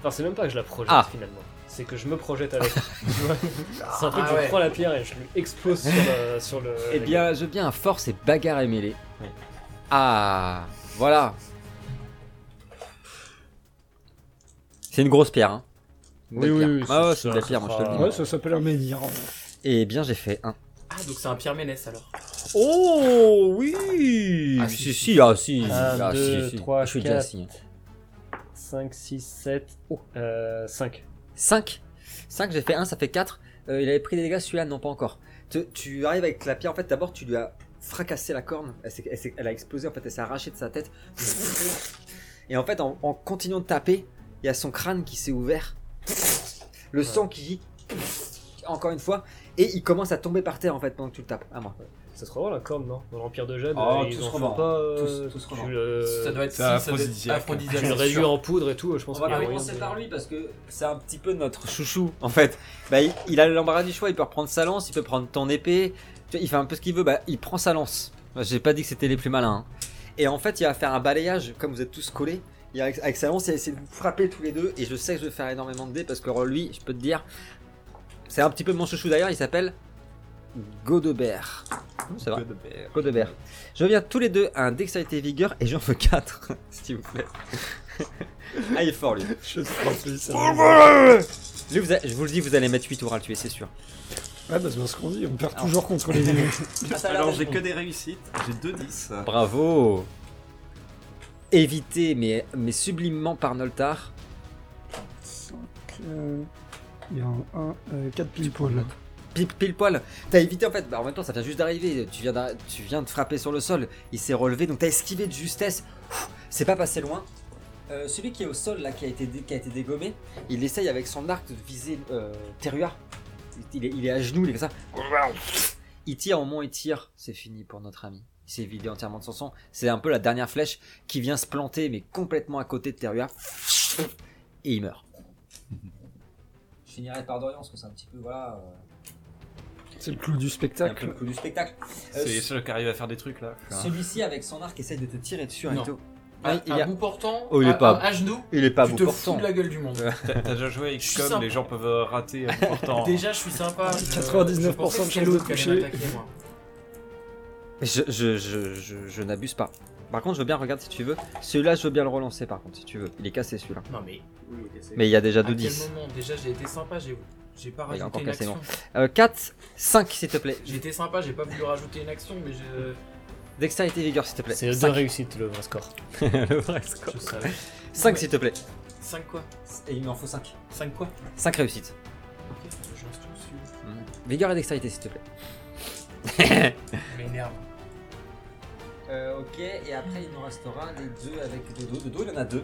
Speaker 2: Enfin, c'est même pas que je la projette
Speaker 1: Ah.
Speaker 2: finalement, c'est que je me projette avec. Tu vois c'est un truc,
Speaker 5: Ah
Speaker 2: je
Speaker 5: ouais.
Speaker 2: prends la pierre et je lui explose sur, la- sur le.
Speaker 1: Eh
Speaker 2: la
Speaker 1: bien, je veux bien un force et bagarre et mêlée. Ah, voilà. C'est une grosse pierre, hein. Une
Speaker 2: Oui,
Speaker 1: belle
Speaker 2: oui,
Speaker 1: pierre.
Speaker 2: oui,
Speaker 1: Ah
Speaker 2: ça-
Speaker 1: ouais, c'est une belle
Speaker 2: ça
Speaker 1: pierre, moi je te le dis.
Speaker 2: fera-
Speaker 4: Ouais, ça s'appelle un menhir.
Speaker 1: Eh bien, j'ai fait un.
Speaker 5: Ah, donc c'est un Pierre Ménès alors.
Speaker 1: Oh oui
Speaker 5: Ah,
Speaker 1: si,
Speaker 5: si,
Speaker 1: si, ah si,
Speaker 2: Un,
Speaker 1: ah,
Speaker 2: deux,
Speaker 1: si, si.
Speaker 2: trois,
Speaker 1: je suis déjà
Speaker 2: quatre.
Speaker 1: si.
Speaker 2: 5, 6, 7, 5.
Speaker 1: 5 5, j'ai fait 1, ça fait 4. il avait pris des dégâts, celui-là, non, pas encore. Te- tu arrives avec la pierre, en fait, d'abord, tu lui as fracassé la corne. Elle, s'est- elle s'est- elle a explosé, en fait, elle s'est arrachée de sa tête. Et en fait, en, en continuant de taper, il y a son crâne qui s'est ouvert. Le sang qui. Encore une fois. Et il commence à tomber par terre, en fait, pendant que tu le tapes. À moi.
Speaker 2: Ça se revend la corne, non Dans l'Empire de Jade,
Speaker 3: Oh,
Speaker 2: euh,
Speaker 3: tout
Speaker 2: ils
Speaker 3: se
Speaker 2: en font
Speaker 3: revend.
Speaker 2: pas. euh,
Speaker 3: Tout se- tout se
Speaker 2: tu
Speaker 3: revend.
Speaker 2: le-
Speaker 5: Ça doit être
Speaker 3: c'est
Speaker 5: si, ça doit être
Speaker 3: aphrodisiaque.
Speaker 2: Tu le
Speaker 5: aphrodisiaque.
Speaker 2: réduis en poudre et tout, euh, je pense
Speaker 6: On va
Speaker 2: qu'il y a
Speaker 6: pas
Speaker 2: moyen
Speaker 6: commencer
Speaker 2: de-
Speaker 6: par lui parce que c'est un petit peu notre.
Speaker 1: chouchou en fait. Bah, il, il a l'embarras du choix, il peut reprendre sa lance, il peut prendre ton épée, Tu vois, il fait un peu ce qu'il veut, bah, il prend sa lance. Bah, J'ai pas dit que c'était les plus malins. hein. Et en fait, il va faire un balayage, comme vous êtes tous collés. Il va avec, avec sa lance, il va essayer de vous frapper tous les deux. Et je sais que je vais faire énormément de dés parce que alors, lui, je peux te dire, c'est un petit peu mon chouchou d'ailleurs, il s'appelle Godebert. Hum, C'est vrai. Godebert. Je viens tous les deux à un dextérité vigueur et j'en veux 4, s'il vous plaît. ah, il est fort lui.
Speaker 4: Je te ça.
Speaker 1: Lui, vous a- je vous le dis, vous allez mettre 8 tours à le tuer, c'est sûr.
Speaker 4: Ah bah c'est pas ce qu'on dit, on perd toujours contre les...
Speaker 7: Alors j'ai que des réussites, j'ai deux 10.
Speaker 1: Bravo Évité, mais, mais sublimement par Noltar.
Speaker 4: Euh, Il y a un 1, 4 pile poil.
Speaker 1: Pile, pile poil T'as évité en fait, bah, en même temps ça vient juste d'arriver, tu viens, d'ar- tu viens de frapper sur le sol, il s'est relevé, donc t'as esquivé de justesse, Ouf, c'est pas passé loin. Euh, celui qui est au sol là, qui a été, dé- qui a été dégommé, il essaye avec son arc de viser euh, Terua. Il est, il est à genoux, il est comme ça. Il tire, au moment il tire, c'est fini pour notre ami. Il s'est vidé entièrement de son sang. C'est un peu la dernière flèche qui vient se planter, mais complètement à côté de Terua. Et il meurt.
Speaker 6: Je finirai par Dorian parce que c'est un petit peu, voilà. euh,
Speaker 4: C'est le clou du
Speaker 6: c'est un peu
Speaker 4: spectacle.
Speaker 6: le coup du spectacle. Euh,
Speaker 3: C'est ceux qui arrivent à faire des trucs là.
Speaker 6: Celui-ci avec son arc essaye de te tirer dessus.
Speaker 1: Sur
Speaker 5: Non.
Speaker 1: Hito.
Speaker 5: Un,
Speaker 1: Ah, il
Speaker 5: un
Speaker 1: y a-
Speaker 5: bout portant,
Speaker 1: Oh, il est
Speaker 5: à-
Speaker 1: pas-
Speaker 5: à, à genoux,
Speaker 1: Il est pas
Speaker 5: tu
Speaker 1: beau
Speaker 5: te
Speaker 1: portant.
Speaker 5: fous de la gueule du monde.
Speaker 3: T'as t'as déjà joué avec
Speaker 5: Je suis
Speaker 3: comme
Speaker 5: sympa.
Speaker 3: les gens peuvent euh, rater en portant.
Speaker 5: Déjà, je suis sympa. je-
Speaker 4: 99%
Speaker 5: je pensais que
Speaker 4: de
Speaker 5: les autres
Speaker 4: chance de
Speaker 5: allaient
Speaker 4: toucher.
Speaker 5: m'attaquer, moi.
Speaker 1: Je, je, je, je, je n'abuse pas. Par contre, je veux bien regarder si tu veux. Celui-là, je veux bien le relancer par contre si tu veux. Il est cassé celui-là.
Speaker 5: Non, mais
Speaker 1: Mais il y a déjà
Speaker 5: à quel
Speaker 1: 2-10.
Speaker 5: moment Déjà, j'ai été sympa, j'ai j'ai pas
Speaker 1: Il a
Speaker 5: rajouté
Speaker 1: encore
Speaker 5: une
Speaker 1: cassé,
Speaker 5: action.
Speaker 1: Euh, 4, 5 s'il te plaît.
Speaker 5: J'ai été sympa, j'ai pas voulu rajouter une action, mais je.
Speaker 1: Dextérité et vigueur, s'il te plaît.
Speaker 2: C'est deux
Speaker 1: Cinq.
Speaker 2: réussites le vrai score.
Speaker 1: Le vrai score.
Speaker 2: Je savais.
Speaker 1: 5, s'il te plaît.
Speaker 5: 5 quoi
Speaker 6: Et il m'en faut 5.
Speaker 5: 5 quoi
Speaker 1: 5 réussites.
Speaker 5: Ok, je reste dessus.
Speaker 6: Mm.
Speaker 1: Vigueur et dextérité, s'il te plaît.
Speaker 5: M'énerve.
Speaker 6: Euh, ok, et après il nous restera les deux avec Dodo. Dodo, il en a deux.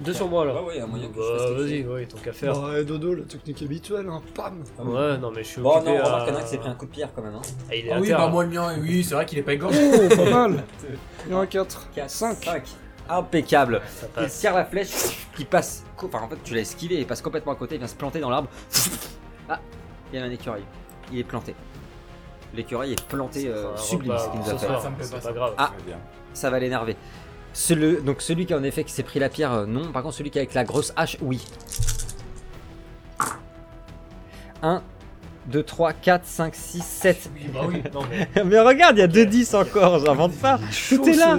Speaker 2: Deux sur
Speaker 1: Ah.
Speaker 2: moi
Speaker 6: Ouais,
Speaker 2: alors.
Speaker 6: ouais, il y a moyen que je fasse
Speaker 2: Bah,
Speaker 6: quelque
Speaker 2: vas-y,
Speaker 6: chose.
Speaker 2: ouais, tant qu'à faire.
Speaker 4: Bon, ouais, dodo, la technique habituelle, hein. Pam
Speaker 6: Ah oui.
Speaker 2: Ouais, non, mais je suis
Speaker 6: Bon,
Speaker 2: occupé
Speaker 6: non, on
Speaker 2: à...
Speaker 6: remarque qu'il y en a un qui s'est pris un coup de pierre quand même. Hein.
Speaker 2: Ah, il est
Speaker 5: Ah
Speaker 2: à
Speaker 5: oui,
Speaker 2: terre.
Speaker 5: bah moi le mien, oui, c'est vrai qu'il est pas égorgé.
Speaker 4: Oh, pas mal Il y en a 4.
Speaker 6: 4,
Speaker 4: 5.
Speaker 1: Ah,
Speaker 6: 5.
Speaker 1: Impeccable.
Speaker 2: Ça
Speaker 1: Il
Speaker 2: passe.
Speaker 1: tire la flèche, il passe. co- Enfin, en fait, tu l'as esquivé, il passe complètement à côté, il vient se planter dans l'arbre. Ah, il y a un écureuil. Il est planté. L'écureuil est planté euh,
Speaker 2: Enfin,
Speaker 1: sublime,
Speaker 2: repas
Speaker 1: ce qu'il nous
Speaker 2: ce
Speaker 1: a
Speaker 5: repas.
Speaker 1: fait.
Speaker 2: soir,
Speaker 5: Ça me plaît pas,
Speaker 2: C'est
Speaker 5: ça.
Speaker 2: pas grave.
Speaker 1: Ah.
Speaker 7: Très bien.
Speaker 1: Ça va l'énerver. Celui- donc celui qui en effet qui s'est pris la pierre, euh, non. Par contre, celui qui a avec la grosse hache, oui. 1, 2, 3, 4, 5, 6, 7.
Speaker 2: Oui, bah oui, non, mais...
Speaker 1: Mais regarde, il y a 2 10 encore, j'invente pas.
Speaker 4: Chaud,
Speaker 1: Tout est là.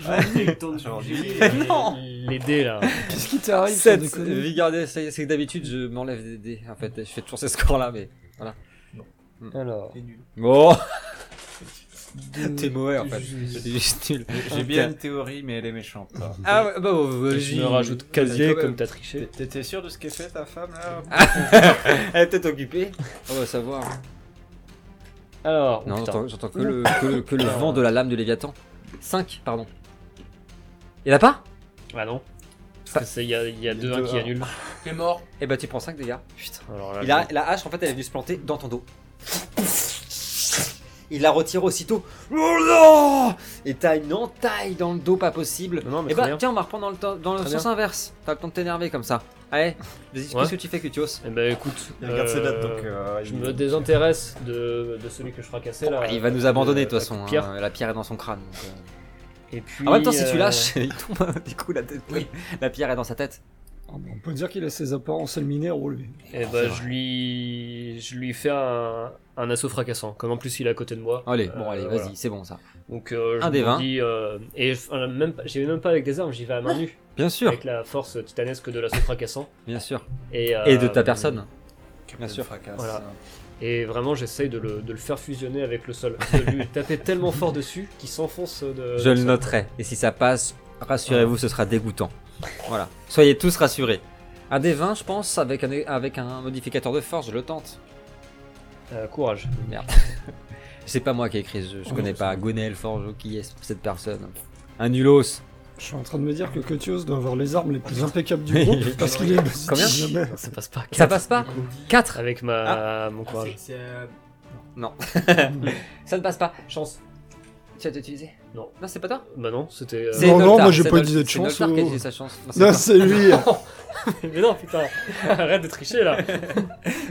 Speaker 4: c'est-
Speaker 2: Les- les-
Speaker 1: non.
Speaker 2: Les dés, là.
Speaker 4: Qu'est-ce qui
Speaker 1: Oh,
Speaker 4: t'arrive sans
Speaker 1: 7,
Speaker 4: déconner
Speaker 1: c'est c'est que d'habitude je m'enlève des dés. En fait, je fais toujours ces scores là, mais.
Speaker 2: Alors...
Speaker 1: Bon,
Speaker 4: Deux.
Speaker 1: t'es mauvais en fait.
Speaker 5: Je-
Speaker 1: C'est juste nul.
Speaker 3: J'ai bien une théorie, mais elle est méchante.
Speaker 1: Ah ouais, bah, bah,
Speaker 2: Je me rajoute casier comme t'as triché.
Speaker 3: T'étais sûr de ce qu'est fait ta femme là
Speaker 1: Elle est peut-être occupée. Ah, On va savoir.
Speaker 2: Alors, oh,
Speaker 1: Non, Ah.
Speaker 2: putain.
Speaker 1: j'entends- j'entends que le, que le, que le vent de la lame de Léviathan. 5, pardon. Y'en a pas
Speaker 2: Ah non. Parce que c'est- Il y a, il y a deux 1 qui annulent.
Speaker 5: T'es mort.
Speaker 1: Eh bah tu prends 5 dégâts.
Speaker 2: Alors là,
Speaker 1: Il a, la hache en fait elle est venue se planter dans ton dos. Il la retire aussitôt. Oh non Et t'as une entaille dans le dos pas possible.
Speaker 2: Non, non, mais
Speaker 1: Et
Speaker 2: très
Speaker 1: bah
Speaker 2: bien.
Speaker 1: tiens on va reprendre dans le, temps- dans le
Speaker 2: Très
Speaker 1: sens inverse. T'as le temps de t'énerver comme ça. Allez, vas-y,
Speaker 2: Ouais.
Speaker 1: qu'est-ce que tu fais Cutios
Speaker 2: Eh ben écoute,
Speaker 7: Il regarde ses
Speaker 2: euh,
Speaker 7: dates donc. euh,
Speaker 2: je
Speaker 7: il-
Speaker 2: me désintéresse de, de celui que je fracassais là.
Speaker 1: Il va nous abandonner de toute
Speaker 2: Euh,
Speaker 1: façon.
Speaker 2: Pierre.
Speaker 1: hein, la pierre est dans son crâne. donc, euh.
Speaker 2: Et puis,
Speaker 1: En même temps si
Speaker 2: euh,
Speaker 1: tu lâches, il tombe hein, du coup la tête.
Speaker 5: Oui.
Speaker 1: La pierre est dans sa tête.
Speaker 4: Ah, bah, On peut dire qu'il a ses apparences liminaires relevées.
Speaker 2: Eh
Speaker 1: C'est
Speaker 2: ben
Speaker 1: vrai.
Speaker 2: je lui, je lui fais un, un assaut fracassant. Comme en plus il est à côté de moi.
Speaker 1: Allez,
Speaker 2: Euh,
Speaker 1: bon allez,
Speaker 2: voilà.
Speaker 1: vas-y, c'est bon ça.
Speaker 2: Donc euh, je
Speaker 1: Un des
Speaker 2: me
Speaker 1: vingt.
Speaker 2: dis, euh, et je- euh, même, pas- j'y vais même pas avec des armes, j'y vais à main nue
Speaker 1: Bien sûr,
Speaker 2: avec la force titanesque de l'assaut fracassant
Speaker 1: bien sûr.
Speaker 2: et, euh,
Speaker 1: Et de ta personne.
Speaker 3: Bien sûr.
Speaker 2: Voilà. Et vraiment j'essaye de le, de le faire fusionner avec le sol, de lui taper tellement fort dessus qu'il s'enfonce de.
Speaker 1: Je
Speaker 2: de
Speaker 1: le
Speaker 2: ça.
Speaker 1: noterai. Et si ça passe, rassurez-vous, ce sera dégoûtant. Voilà. Soyez tous rassurés. Un des 20, je pense, avec un, avec un modificateur de force, je le tente.
Speaker 2: Euh, courage.
Speaker 1: C'est pas moi qui ai écrit, je, je
Speaker 4: Oh,
Speaker 1: connais
Speaker 4: c'est
Speaker 1: pas Gonel Forge, qui est cette personne Un nulos.
Speaker 4: Je suis en train de me dire que Kotios doit avoir les armes les plus impeccables du
Speaker 1: Oui.
Speaker 4: groupe parce qu'il est.
Speaker 1: Combien
Speaker 4: Jamais.
Speaker 2: Ça passe pas.
Speaker 1: Ça passe pas 4
Speaker 2: Avec ma mon
Speaker 5: Ah,
Speaker 2: courage.
Speaker 5: c'est- c'est, euh,
Speaker 1: Ça ne passe pas, chance. Tu as utilisé
Speaker 2: Non.
Speaker 1: Non, c'est pas toi
Speaker 2: Bah non, c'était. euh,
Speaker 1: C'est
Speaker 4: Non, non,
Speaker 1: Noctar,
Speaker 4: moi, j'ai
Speaker 1: c'est
Speaker 4: pas
Speaker 1: Noctar-
Speaker 4: d'idée de
Speaker 1: c'est
Speaker 4: chance,
Speaker 1: Noctar qui a
Speaker 4: oh.
Speaker 1: utilisé sa chance. Non, c'est
Speaker 4: Non,
Speaker 1: toi.
Speaker 4: c'est lui
Speaker 2: Mais non, putain, arrête de tricher là.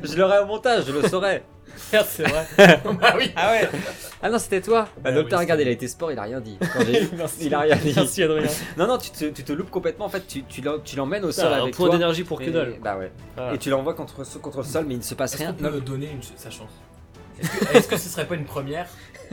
Speaker 1: je l'aurais au montage, je le saurais.
Speaker 2: Merde, c'est vrai.
Speaker 1: ah ouais Ah non, c'était toi Bah,
Speaker 7: oui,
Speaker 1: Noctar,
Speaker 7: c'est-
Speaker 1: regardez, il a été sport, il a rien dit. Quand j'ai- il a rien dit.
Speaker 2: Merci Adrien.
Speaker 1: Non, non, tu te, tu te loupes complètement. En fait, tu, tu l'en- tu l'emmènes au
Speaker 2: Ça,
Speaker 1: sol
Speaker 2: un
Speaker 1: avec
Speaker 2: point
Speaker 1: toi.
Speaker 2: d'énergie pour que
Speaker 1: Et-
Speaker 2: dalle.
Speaker 1: Bah ouais.
Speaker 2: Ah.
Speaker 1: Et tu l'envoies contre, ce- contre le sol, mais il ne se passe
Speaker 5: Est-ce
Speaker 1: rien.
Speaker 5: qu'on peut me donner une- sa chance Est-ce que- Est-ce que ce serait pas une première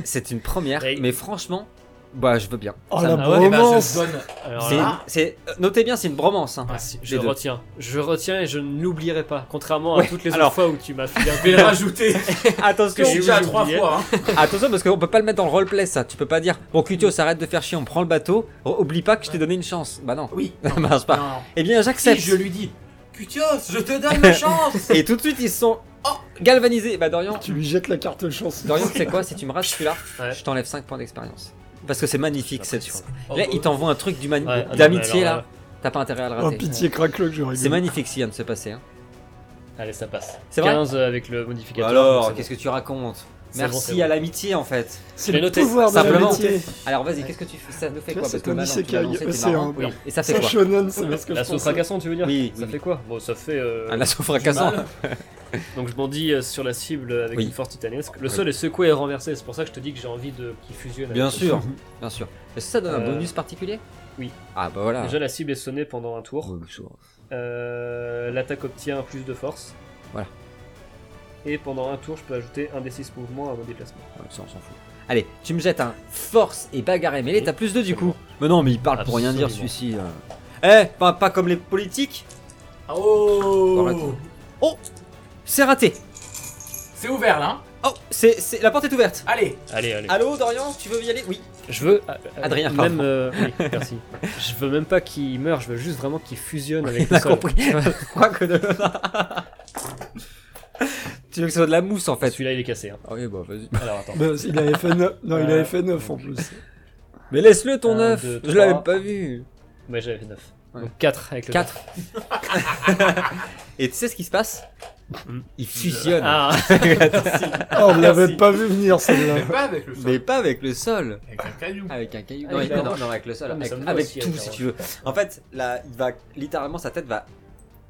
Speaker 1: C'est une première,
Speaker 2: Mais-
Speaker 1: mais franchement, bah je veux bien.
Speaker 4: Oh
Speaker 2: Ça
Speaker 4: la
Speaker 2: va, eh
Speaker 5: Eh ben, je
Speaker 4: bromance
Speaker 5: te donne.
Speaker 2: Alors
Speaker 1: C'est-
Speaker 2: là,
Speaker 1: c'est- euh, notez bien, c'est une bromance. hein.
Speaker 2: ah, si, je
Speaker 1: les deux.
Speaker 2: retiens. Je retiens et je ne l'oublierai pas. Contrairement à
Speaker 1: Ouais,
Speaker 2: toutes les
Speaker 1: alors-
Speaker 2: autres fois où tu m'as fait
Speaker 5: Je vais le
Speaker 2: un
Speaker 5: rajouter. Parce
Speaker 1: Attention,
Speaker 5: que je suis déjà à
Speaker 2: j'ai
Speaker 5: 3
Speaker 2: oublié.
Speaker 5: fois. hein.
Speaker 1: attention, parce qu'on peut pas le mettre dans le roleplay ça. Tu peux pas dire, bon, Cutio, s'arrête de faire chier, on prend le bateau. re- Oublie pas que je t'ai donné une chance. Bah non,
Speaker 5: Oui.
Speaker 1: ça marche pas.
Speaker 5: Non.
Speaker 1: Eh bien,
Speaker 5: Si
Speaker 1: j'accepte.
Speaker 5: je lui dis, Cutios, je te donne ma chance.
Speaker 1: Et tout de suite, ils sont oh, galvanisés. Bah Dorian,
Speaker 4: Tu lui jettes la carte chance.
Speaker 1: Dorian, tu sais quoi Si tu me rates celui-là,
Speaker 2: Ouais. Ah,
Speaker 1: je t'enlève 5 points d'expérience. Parce que c'est magnifique cette chance.
Speaker 5: Oh,
Speaker 1: Là,
Speaker 5: bah,
Speaker 1: il t'envoie un truc d'humani-
Speaker 2: Ouais, ah non,
Speaker 1: d'amitié
Speaker 2: mais
Speaker 1: là.
Speaker 2: alors,
Speaker 1: T'as pas intérêt à le
Speaker 4: Oh
Speaker 1: rater.
Speaker 4: pitié, craque-le que j'aurais
Speaker 1: C'est magnifique ce qui vient de se passer. Hein.
Speaker 2: euh, Allez, ça passe.
Speaker 1: C'est vrai
Speaker 2: 15 euh, avec le modificateur.
Speaker 1: Bah Alors,
Speaker 2: donc c'est
Speaker 1: qu'est-ce que tu racontes
Speaker 2: C'est bon,
Speaker 1: Merci
Speaker 2: c'est bon.
Speaker 1: à l'amitié en fait.
Speaker 4: C'est
Speaker 2: J'ai
Speaker 4: le
Speaker 2: noté,
Speaker 4: pouvoir de
Speaker 1: simplement.
Speaker 4: l'amitié.
Speaker 1: Alors vas-y, qu'est-ce que tu fais Ça nous fait
Speaker 4: Tu
Speaker 1: quoi
Speaker 4: vois,
Speaker 1: Parce
Speaker 4: c'est
Speaker 1: que
Speaker 4: comme
Speaker 1: maintenant, tu
Speaker 4: Isekai
Speaker 1: l'as lancé, t'es
Speaker 4: Océan.
Speaker 1: marrant.
Speaker 2: bon. Oui.
Speaker 1: Et ça fait
Speaker 4: C'est
Speaker 1: quoi
Speaker 4: shonen, c'est parce que je
Speaker 2: L'assaut
Speaker 4: pense.
Speaker 2: fracassant, tu veux dire
Speaker 1: Oui,
Speaker 2: Ça
Speaker 1: oui. Ah,
Speaker 2: fait quoi Bon, ça fait. euh,
Speaker 1: Un assaut fracassant.
Speaker 2: Donc je bondis euh, sur la cible avec
Speaker 1: Oui.
Speaker 2: une force titanesque. Le sol est secoué et renversé. C'est pour ça que je te dis que j'ai envie de qu'il fusionne.
Speaker 1: Bien
Speaker 2: avec-
Speaker 1: sûr, bien sûr. Est-ce que ça donne un
Speaker 2: Bah, Euh,
Speaker 1: bonus particulier
Speaker 2: oui.
Speaker 1: Ah bah voilà.
Speaker 2: Déjà, la cible est sonnée pendant un tour.
Speaker 1: Oh, ça va.
Speaker 2: Euh, L'attaque obtient plus de force.
Speaker 1: Voilà.
Speaker 2: Et pendant un tour, je peux ajouter un des 6 mouvements à mon déplacement.
Speaker 1: Ouais, ça, on s'en fout. Allez, tu me jettes un force et bagarre et mêlée, t'as plus deux du coup. Mais non, mais il parle pour rien dire
Speaker 2: Absolument.
Speaker 1: celui-ci. euh. Eh, pas, pas comme les politiques. Oh,
Speaker 5: Oh
Speaker 1: C'est raté.
Speaker 5: C'est ouvert là. hein
Speaker 1: Oh, c'est, c'est- la porte est ouverte.
Speaker 5: Allez
Speaker 2: Allez, allez.
Speaker 1: Allô, Dorian, tu veux y aller Oui.
Speaker 2: Je veux. euh,
Speaker 1: Ah, Adrien,
Speaker 2: même.
Speaker 1: pardon.
Speaker 2: euh, oui, merci. Je veux même pas qu'il meure, je veux juste vraiment qu'il fusionne avec
Speaker 1: Il
Speaker 2: le
Speaker 1: a
Speaker 2: sol.
Speaker 1: compris. Quoi que de. tu veux que ce soit de la mousse en fait
Speaker 2: Celui-là, il est cassé. hein.
Speaker 1: Ah oui, bah vas-y.
Speaker 2: Alors attends.
Speaker 4: Bah, il avait fait 9, non, il
Speaker 2: Euh,
Speaker 4: avait fait 9 en plus.
Speaker 1: Mais laisse-le ton
Speaker 2: Un,
Speaker 1: œuf.
Speaker 2: deux,
Speaker 1: Je
Speaker 2: trois.
Speaker 1: l'avais pas vu.
Speaker 2: Ouais, j'avais fait 9.
Speaker 1: Ouais.
Speaker 2: Donc 4 avec le
Speaker 1: 4. Et tu sais ce qui se passe Il fusionne.
Speaker 2: Mm. Ah,
Speaker 4: Ah, on l'avait pas vu venir celle-là.
Speaker 5: Mais pas avec le
Speaker 1: Mais
Speaker 5: sol,
Speaker 1: pas avec le sol.
Speaker 5: avec un caillou.
Speaker 1: Avec un caillou.
Speaker 2: Ah,
Speaker 1: Non,
Speaker 2: oui,
Speaker 1: il-
Speaker 2: bah
Speaker 1: non,
Speaker 2: non.
Speaker 1: non, avec le sol.
Speaker 2: Ah, mais
Speaker 1: Avec,
Speaker 2: ça me va
Speaker 1: avec
Speaker 2: aussi,
Speaker 1: tout,
Speaker 2: avec
Speaker 1: si
Speaker 2: un-
Speaker 1: tu veux. En fait, là, il va littéralement, sa tête va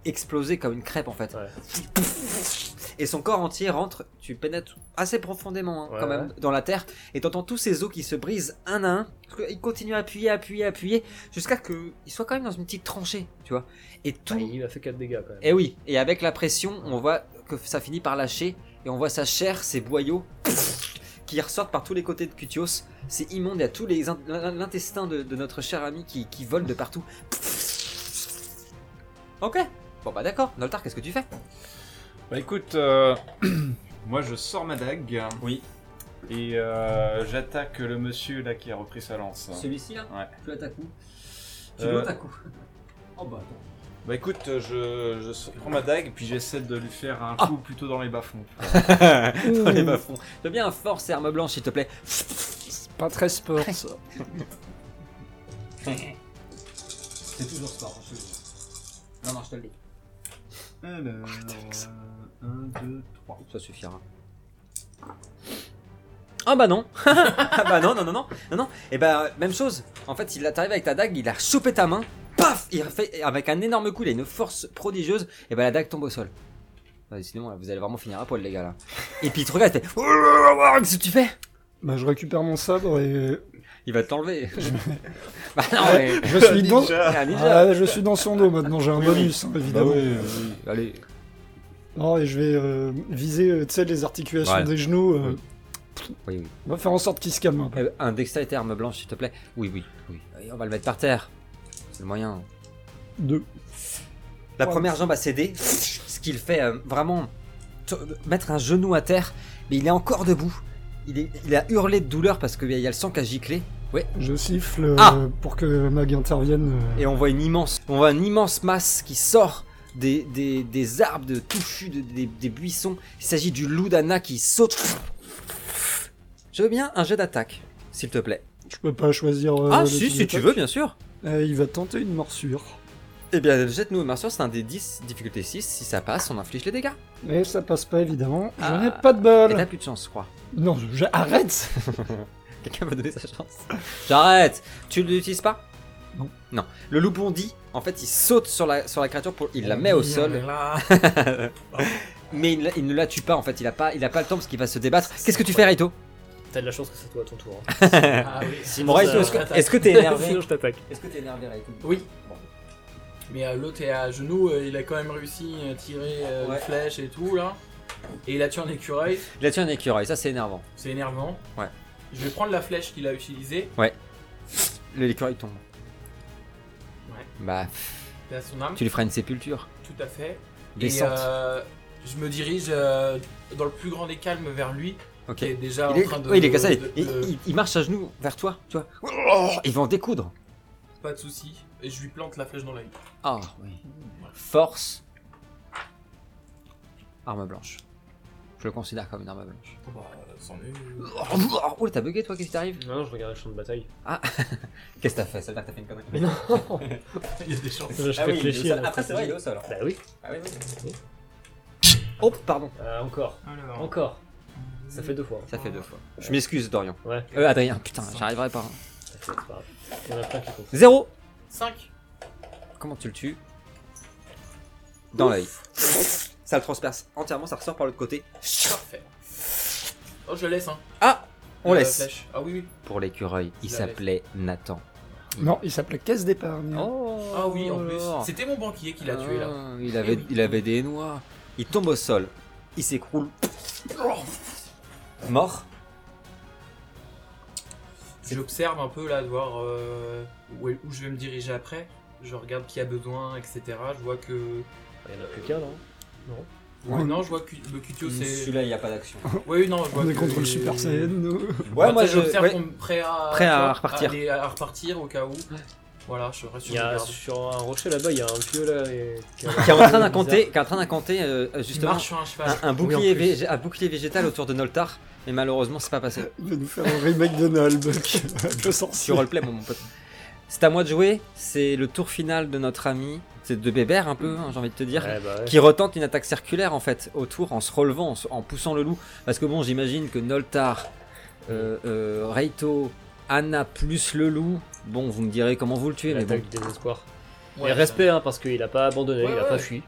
Speaker 1: exploser comme une crêpe en fait.
Speaker 2: Ouais.
Speaker 1: Et son corps entier rentre, tu pénètres assez profondément hein,
Speaker 2: Ouais,
Speaker 1: quand même dans la terre, et t'entends tous ces os qui se brisent un à un. Parce que Il continue à appuyer, appuyer, appuyer, jusqu'à qu'il soit quand même dans une petite tranchée, tu vois. Et tout.
Speaker 2: Bah, il a fait 4 dégâts quand même.
Speaker 1: Et Eh oui, et avec la pression, on voit que ça finit par lâcher, et on voit sa chair, ses boyaux, qui ressortent par tous les côtés de Cutios. C'est immonde, il y a tous les in- l'intestin de, de notre cher ami qui, qui vole de partout. Ok, bon bah d'accord, Noltar, qu'est-ce que tu fais
Speaker 3: Bah écoute, euh, moi je sors ma dague. Oui. Et euh, j'attaque le monsieur là qui a repris sa lance.
Speaker 6: Celui-ci là
Speaker 3: Ouais.
Speaker 6: Tu l'attaques où Tu
Speaker 3: Euh,
Speaker 6: l'attaques où Oh bah attends.
Speaker 3: Bah écoute, je, je sors- prends ma dague puis j'essaie de lui faire
Speaker 1: Ah.
Speaker 3: un coup plutôt dans les bas-fonds.
Speaker 1: Dans les bas-fonds. Je veux bien un force et arme blanche, s'il te plaît.
Speaker 4: C'est pas très sport ça.
Speaker 6: C'est toujours sport. je te le dis. Non, non, je te le dis.
Speaker 3: Alors, 1, 2, 3.
Speaker 1: Ça suffira. Ah bah non Ah bah non, non, non, non, non, non. Et bah, même chose. En fait, il t'arrive avec ta dague, il a chopé ta main, paf Il fait, avec un énorme coup, il a une force prodigieuse, et bah la dague tombe au sol. Bah, sinon, vous allez vraiment finir à poil, les gars, là. Et puis il te regarde, il fait Qu'est-ce que tu fais
Speaker 4: Bah, je récupère mon sabre et
Speaker 1: Il va t'enlever. bah non, mais.
Speaker 4: je suis dans.
Speaker 1: Ah, ninja. Bah
Speaker 4: Ah, je suis dans son dos maintenant, j'ai un bonus hein, évidemment.
Speaker 1: euh. Allez.
Speaker 4: Non, et je vais euh, viser, euh, tu sais, les articulations
Speaker 1: Ouais.
Speaker 4: des genoux. euh,
Speaker 1: Oui, oui.
Speaker 4: On va faire en sorte qu'il se calme un peu.
Speaker 1: Euh, Un dextérité arme blanche, s'il te plaît. Oui, oui, oui. Et on va le mettre par terre. C'est le moyen.
Speaker 4: Deux.
Speaker 1: La
Speaker 4: Ouais.
Speaker 1: première jambe a cédé, ce qu'il fait euh, vraiment t- mettre un genou à terre, mais il est encore debout. Il, est- il a hurlé de douleur parce qu'il y a le sang qui a giclé,
Speaker 4: Je siffle euh,
Speaker 1: Ah
Speaker 4: pour que Mag intervienne. euh,
Speaker 1: et on voit une immense, on voit une immense masse qui sort des, des- des arbres de touchus, de- des, des buissons. Il s'agit du loup d'Anna qui saute. Je veux bien un jet d'attaque, s'il te plaît.
Speaker 4: Je peux pas choisir. euh,
Speaker 1: ah
Speaker 4: le
Speaker 1: si,
Speaker 4: type
Speaker 1: si tu
Speaker 4: d'attaque.
Speaker 1: veux, bien sûr.
Speaker 4: Euh, il va tenter une morsure.
Speaker 1: Eh bien, jette-nous une sur c'est un des 10, difficulté 6. Si ça passe, on inflige les dégâts.
Speaker 4: Mais ça passe pas évidemment.
Speaker 1: Ah.
Speaker 4: Je n'ai pas de
Speaker 1: Et
Speaker 4: bol.
Speaker 1: t'as plus de chance, je crois.
Speaker 4: Non, je- je- arrête.
Speaker 1: Quelqu'un va donner sa chance. J'arrête Tu l'utilises pas
Speaker 4: Non.
Speaker 1: Non. Le loup bondit, en fait, il saute sur la, sur la créature, pour, il la met au sol,
Speaker 5: Là.
Speaker 1: mais il, il ne la tue pas, en fait, il a pas, il a pas le temps parce qu'il va se débattre. Qu'est-ce que tu fais, Raito
Speaker 2: T'as de la chance que c'est toi à ton tour. hein.
Speaker 5: Ah oui.
Speaker 2: Sinon,
Speaker 1: Bon, Raito,
Speaker 2: ça-
Speaker 1: est-ce que- est-ce que t'es énervé
Speaker 2: Sinon, je t'attaque.
Speaker 6: Est-ce que t'es énervé là
Speaker 5: Oui. Mais euh, l'autre est à genoux, euh, il a quand même réussi à tirer euh,
Speaker 1: Ouais.
Speaker 5: une flèche et tout là. Et il a tué un écureuil,
Speaker 1: Il a tué un écureuil, ça c'est énervant.
Speaker 5: c'est énervant.
Speaker 1: Ouais.
Speaker 5: Je vais prendre la flèche qu'il a utilisée,
Speaker 1: L'écureuil tombe.
Speaker 5: Ouais.
Speaker 1: Bah,
Speaker 5: il a son arme,
Speaker 1: tu lui feras une sépulture.
Speaker 5: tout à fait. Et
Speaker 1: Descente.
Speaker 5: euh, je me dirige euh, dans le plus grand des calmes vers lui,
Speaker 1: ok.
Speaker 5: qui est déjà
Speaker 1: Il
Speaker 5: en
Speaker 1: est,
Speaker 5: train de.
Speaker 1: oui, il est cassé.
Speaker 5: de-
Speaker 1: Il,
Speaker 5: de-
Speaker 1: il- il marche à genoux vers toi, tu vois. Oh, il va en découdre.
Speaker 5: Pas de soucis, et je lui plante la flèche dans l'œil.
Speaker 1: Ah oui. Force. Arme blanche. Je le considère comme une arme blanche.
Speaker 5: Bah, euh, c'en est.
Speaker 1: Oh, là, t'as bugué toi, qu'est-ce qui t'arrive
Speaker 2: Non, je regardais le champ de bataille.
Speaker 1: Qu'est-ce que t'as fait Celle-là, t'as fait une connerie.
Speaker 5: Il y a des chances.
Speaker 2: Je
Speaker 1: Ah oui, il est au
Speaker 2: réfléchis. à
Speaker 1: sol.
Speaker 5: hein,
Speaker 2: ma
Speaker 1: Après, c'est vrai, il est au
Speaker 2: stratégie.
Speaker 1: sol. alors.
Speaker 2: Bah oui.
Speaker 1: Ah oui, oui. Oh, pardon.
Speaker 2: Euh, encore.
Speaker 5: Alors,
Speaker 2: Encore. Ça fait deux fois. hein.
Speaker 1: Ça fait deux fois. Je m'excuse, Dorian.
Speaker 2: Ouais.
Speaker 1: Euh, Adrien, putain, j'arriverai pas. hein.
Speaker 2: C'est pas grave. Il y en a plein qui font ça.
Speaker 1: Zéro
Speaker 5: 5
Speaker 1: Comment tu le tues Dans l'œil. Ça le transperce entièrement, ça ressort par l'autre côté.
Speaker 5: Parfait. Oh, je le laisse, hein.
Speaker 1: Ah On
Speaker 5: la
Speaker 1: laisse.
Speaker 5: flèche. Ah oui, oui.
Speaker 1: Pour l'écureuil, il
Speaker 5: La
Speaker 1: s'appelait Nathan.
Speaker 4: Non, il s'appelait caisse d'épargne.
Speaker 1: Oh
Speaker 5: Ah oui, en plus.
Speaker 1: alors.
Speaker 5: C'était mon banquier qui l'a tué là.
Speaker 1: Ah, Il avait, il avait des noix. Il tombe au sol. Il s'écroule. Mort.
Speaker 5: J'observe un peu là de voir euh, où, est- où je vais me diriger après. Je regarde qui a besoin, etc. Je vois que
Speaker 2: hein. Il y en a plus qu'un, non
Speaker 5: Ouais, non, je vois que le Cutio, c'est.
Speaker 6: Celui-là, il n'y a pas d'action.
Speaker 5: Ouais, oui, non, je vois.
Speaker 4: On est
Speaker 5: que-
Speaker 4: contre le Super Saiyan. euh.
Speaker 5: Ouais,
Speaker 1: j'observe
Speaker 5: moi, Bah, j'observe qu'on est prêt à.
Speaker 1: Prêt à
Speaker 5: tu vois,
Speaker 1: repartir.
Speaker 5: aller- à repartir au cas où. Voilà, je reste
Speaker 2: Il
Speaker 5: sur
Speaker 2: y
Speaker 5: le
Speaker 2: a,
Speaker 5: garde.
Speaker 2: sur un rocher là-bas, il y a un vieux là. et-
Speaker 1: Qui est en train
Speaker 2: bizarre.
Speaker 1: d'incanter, qui est en train d'incanter euh, euh,
Speaker 5: Il
Speaker 1: justement
Speaker 5: marche sur un cheval.
Speaker 1: un, un
Speaker 2: Oui, en
Speaker 1: bouclier
Speaker 2: plus.
Speaker 1: vég- un bouclier végétal autour de Noltar, mais malheureusement c'est pas passé.
Speaker 4: Il va nous faire un remake de Nullbuck. le sorcier.
Speaker 1: sur roleplay, mon, mon pote. C'est à moi de jouer, c'est le tour final de notre ami, c'est de Bébert un peu, hein, j'ai envie de te dire,
Speaker 2: Ouais, bah ouais.
Speaker 1: qui retente une attaque circulaire en fait, autour, en se relevant, en, se- en poussant le loup. Parce que bon, j'imagine que Noltar, euh, euh, Reito, Anna plus le loup, bon, vous me direz comment vous le tuez, mais bon,
Speaker 2: L'attaque du désespoir.
Speaker 5: Ouais,
Speaker 2: et respect, hein, parce qu'il a pas abandonné,
Speaker 5: Ouais,
Speaker 2: il a
Speaker 5: ouais.
Speaker 2: pas fui.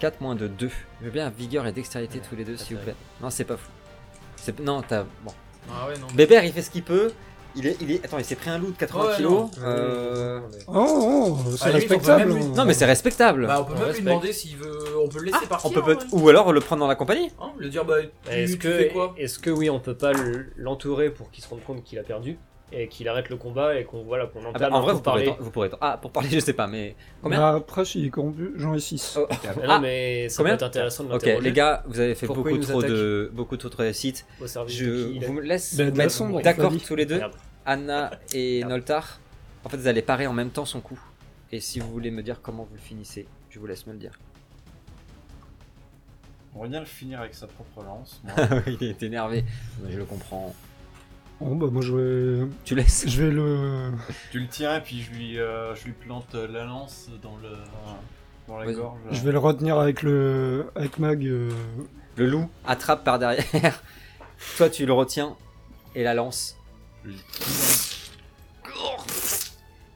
Speaker 1: 4 moins de 2. Je veux bien vigueur et dextérité tous les deux, s'il vous plaît. Non, c'est pas fou. C'est- Non, t'as. Bon.
Speaker 5: Ah ouais, non.
Speaker 1: Bébert, il fait ce qu'il peut. Il est, il est... Attends, il s'est pris un loup de 80
Speaker 5: Ouais,
Speaker 1: kilos.
Speaker 5: non.
Speaker 1: Euh,
Speaker 4: Oh, oh, c'est
Speaker 5: Ah, lui,
Speaker 4: respectable.
Speaker 5: on peut même
Speaker 1: Non, mais c'est respectable.
Speaker 5: Bah, on peut
Speaker 2: On
Speaker 5: même lui
Speaker 2: respecte.
Speaker 5: demander s'il veut. On peut le laisser partir.
Speaker 1: Ah, On peut
Speaker 5: hein,
Speaker 1: peut- Ou alors le prendre dans la compagnie.
Speaker 5: hein, le dire, bah, tu,
Speaker 2: Est-ce
Speaker 5: tu fais
Speaker 2: que,
Speaker 5: quoi
Speaker 2: est-ce que oui, on peut pas le- l'entourer pour qu'il se rende compte qu'il a perdu et qu'il arrête le combat et qu'on voilà qu'on
Speaker 1: Ah
Speaker 2: entame
Speaker 1: bah, en vrai, vous
Speaker 2: pour parler.
Speaker 1: pourrez, vous pourrez. Ah, pour parler, je sais pas, mais. Combien
Speaker 4: Bah, après, s'il est corrompu, j'en ai 6.
Speaker 1: Oh.
Speaker 2: Ah,
Speaker 1: Ah,
Speaker 2: non, mais ça
Speaker 1: combien
Speaker 2: peut être intéressant de
Speaker 1: Ok,
Speaker 2: l'interroger
Speaker 1: les gars, vous avez fait
Speaker 2: Pourquoi
Speaker 1: beaucoup
Speaker 2: il nous
Speaker 1: trop,
Speaker 2: attaque
Speaker 1: de, beaucoup trop de réussites.
Speaker 2: au service de qui
Speaker 1: Je
Speaker 2: il est.
Speaker 1: vous me laisse
Speaker 4: Bah, de la
Speaker 1: mettre
Speaker 4: sombre,
Speaker 1: d'accord
Speaker 4: on l'a dit.
Speaker 1: tous les deux,
Speaker 2: Merde.
Speaker 1: Anna et
Speaker 2: Merde.
Speaker 1: Noltar. En fait, vous allez parer en même temps son coup. Et si vous voulez me dire comment vous le finissez, je vous laisse me le dire.
Speaker 3: On va bien le finir avec sa propre lance. moi.
Speaker 1: Il est énervé, mais je le comprends.
Speaker 4: Bon, bah, moi, je vais,
Speaker 1: Tu laisses
Speaker 4: je vais le.
Speaker 3: tu le tiens et puis je lui, euh, je lui plante la lance dans, le, dans la
Speaker 1: Vas-y.
Speaker 3: gorge.
Speaker 4: Je vais le retenir avec le. Avec Mag. euh,
Speaker 1: Le loup attrape par derrière. Toi, tu le retiens et la lance.
Speaker 3: Oui.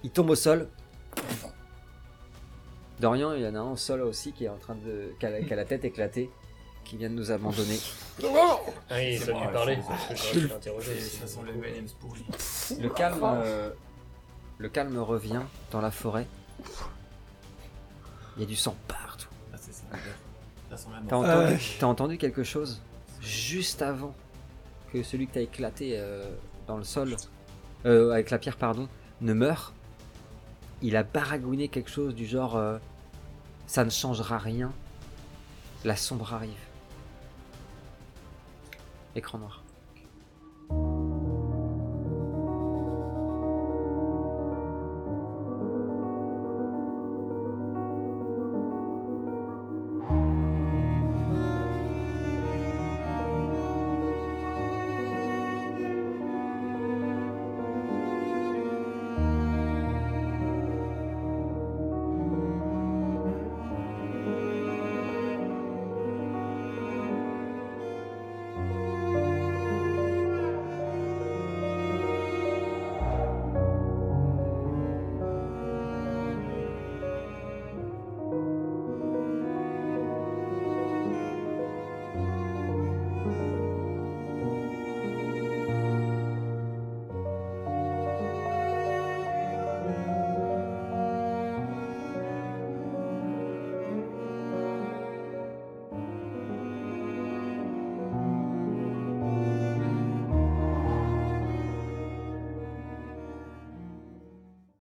Speaker 1: Il tombe au sol. Dorian, il y en a un au sol aussi qui est en train de. qui a la, qui a la tête éclatée, qui vient de nous abandonner.
Speaker 2: Ah, il
Speaker 3: C'est
Speaker 2: ça
Speaker 3: moi,
Speaker 2: lui
Speaker 3: ouais,
Speaker 2: parler.
Speaker 3: c'est moi.
Speaker 2: parce que j'aurais pu l'interroger aussi.
Speaker 5: Ça sent les M&M's pourris.
Speaker 1: Le calme. euh, le calme revient dans la forêt. Il y a du sang partout.
Speaker 7: Ah, c'est ça. Ça sent la
Speaker 1: T'as
Speaker 7: mort.
Speaker 1: entendu,
Speaker 4: Ouais.
Speaker 1: t'as entendu quelque chose juste avant que celui que t'as éclaté euh, dans le sol, euh, avec la pierre, pardon, ne meure Il a baragouiné quelque chose du genre euh, ça ne changera rien. La sombre arrive. Écran noir.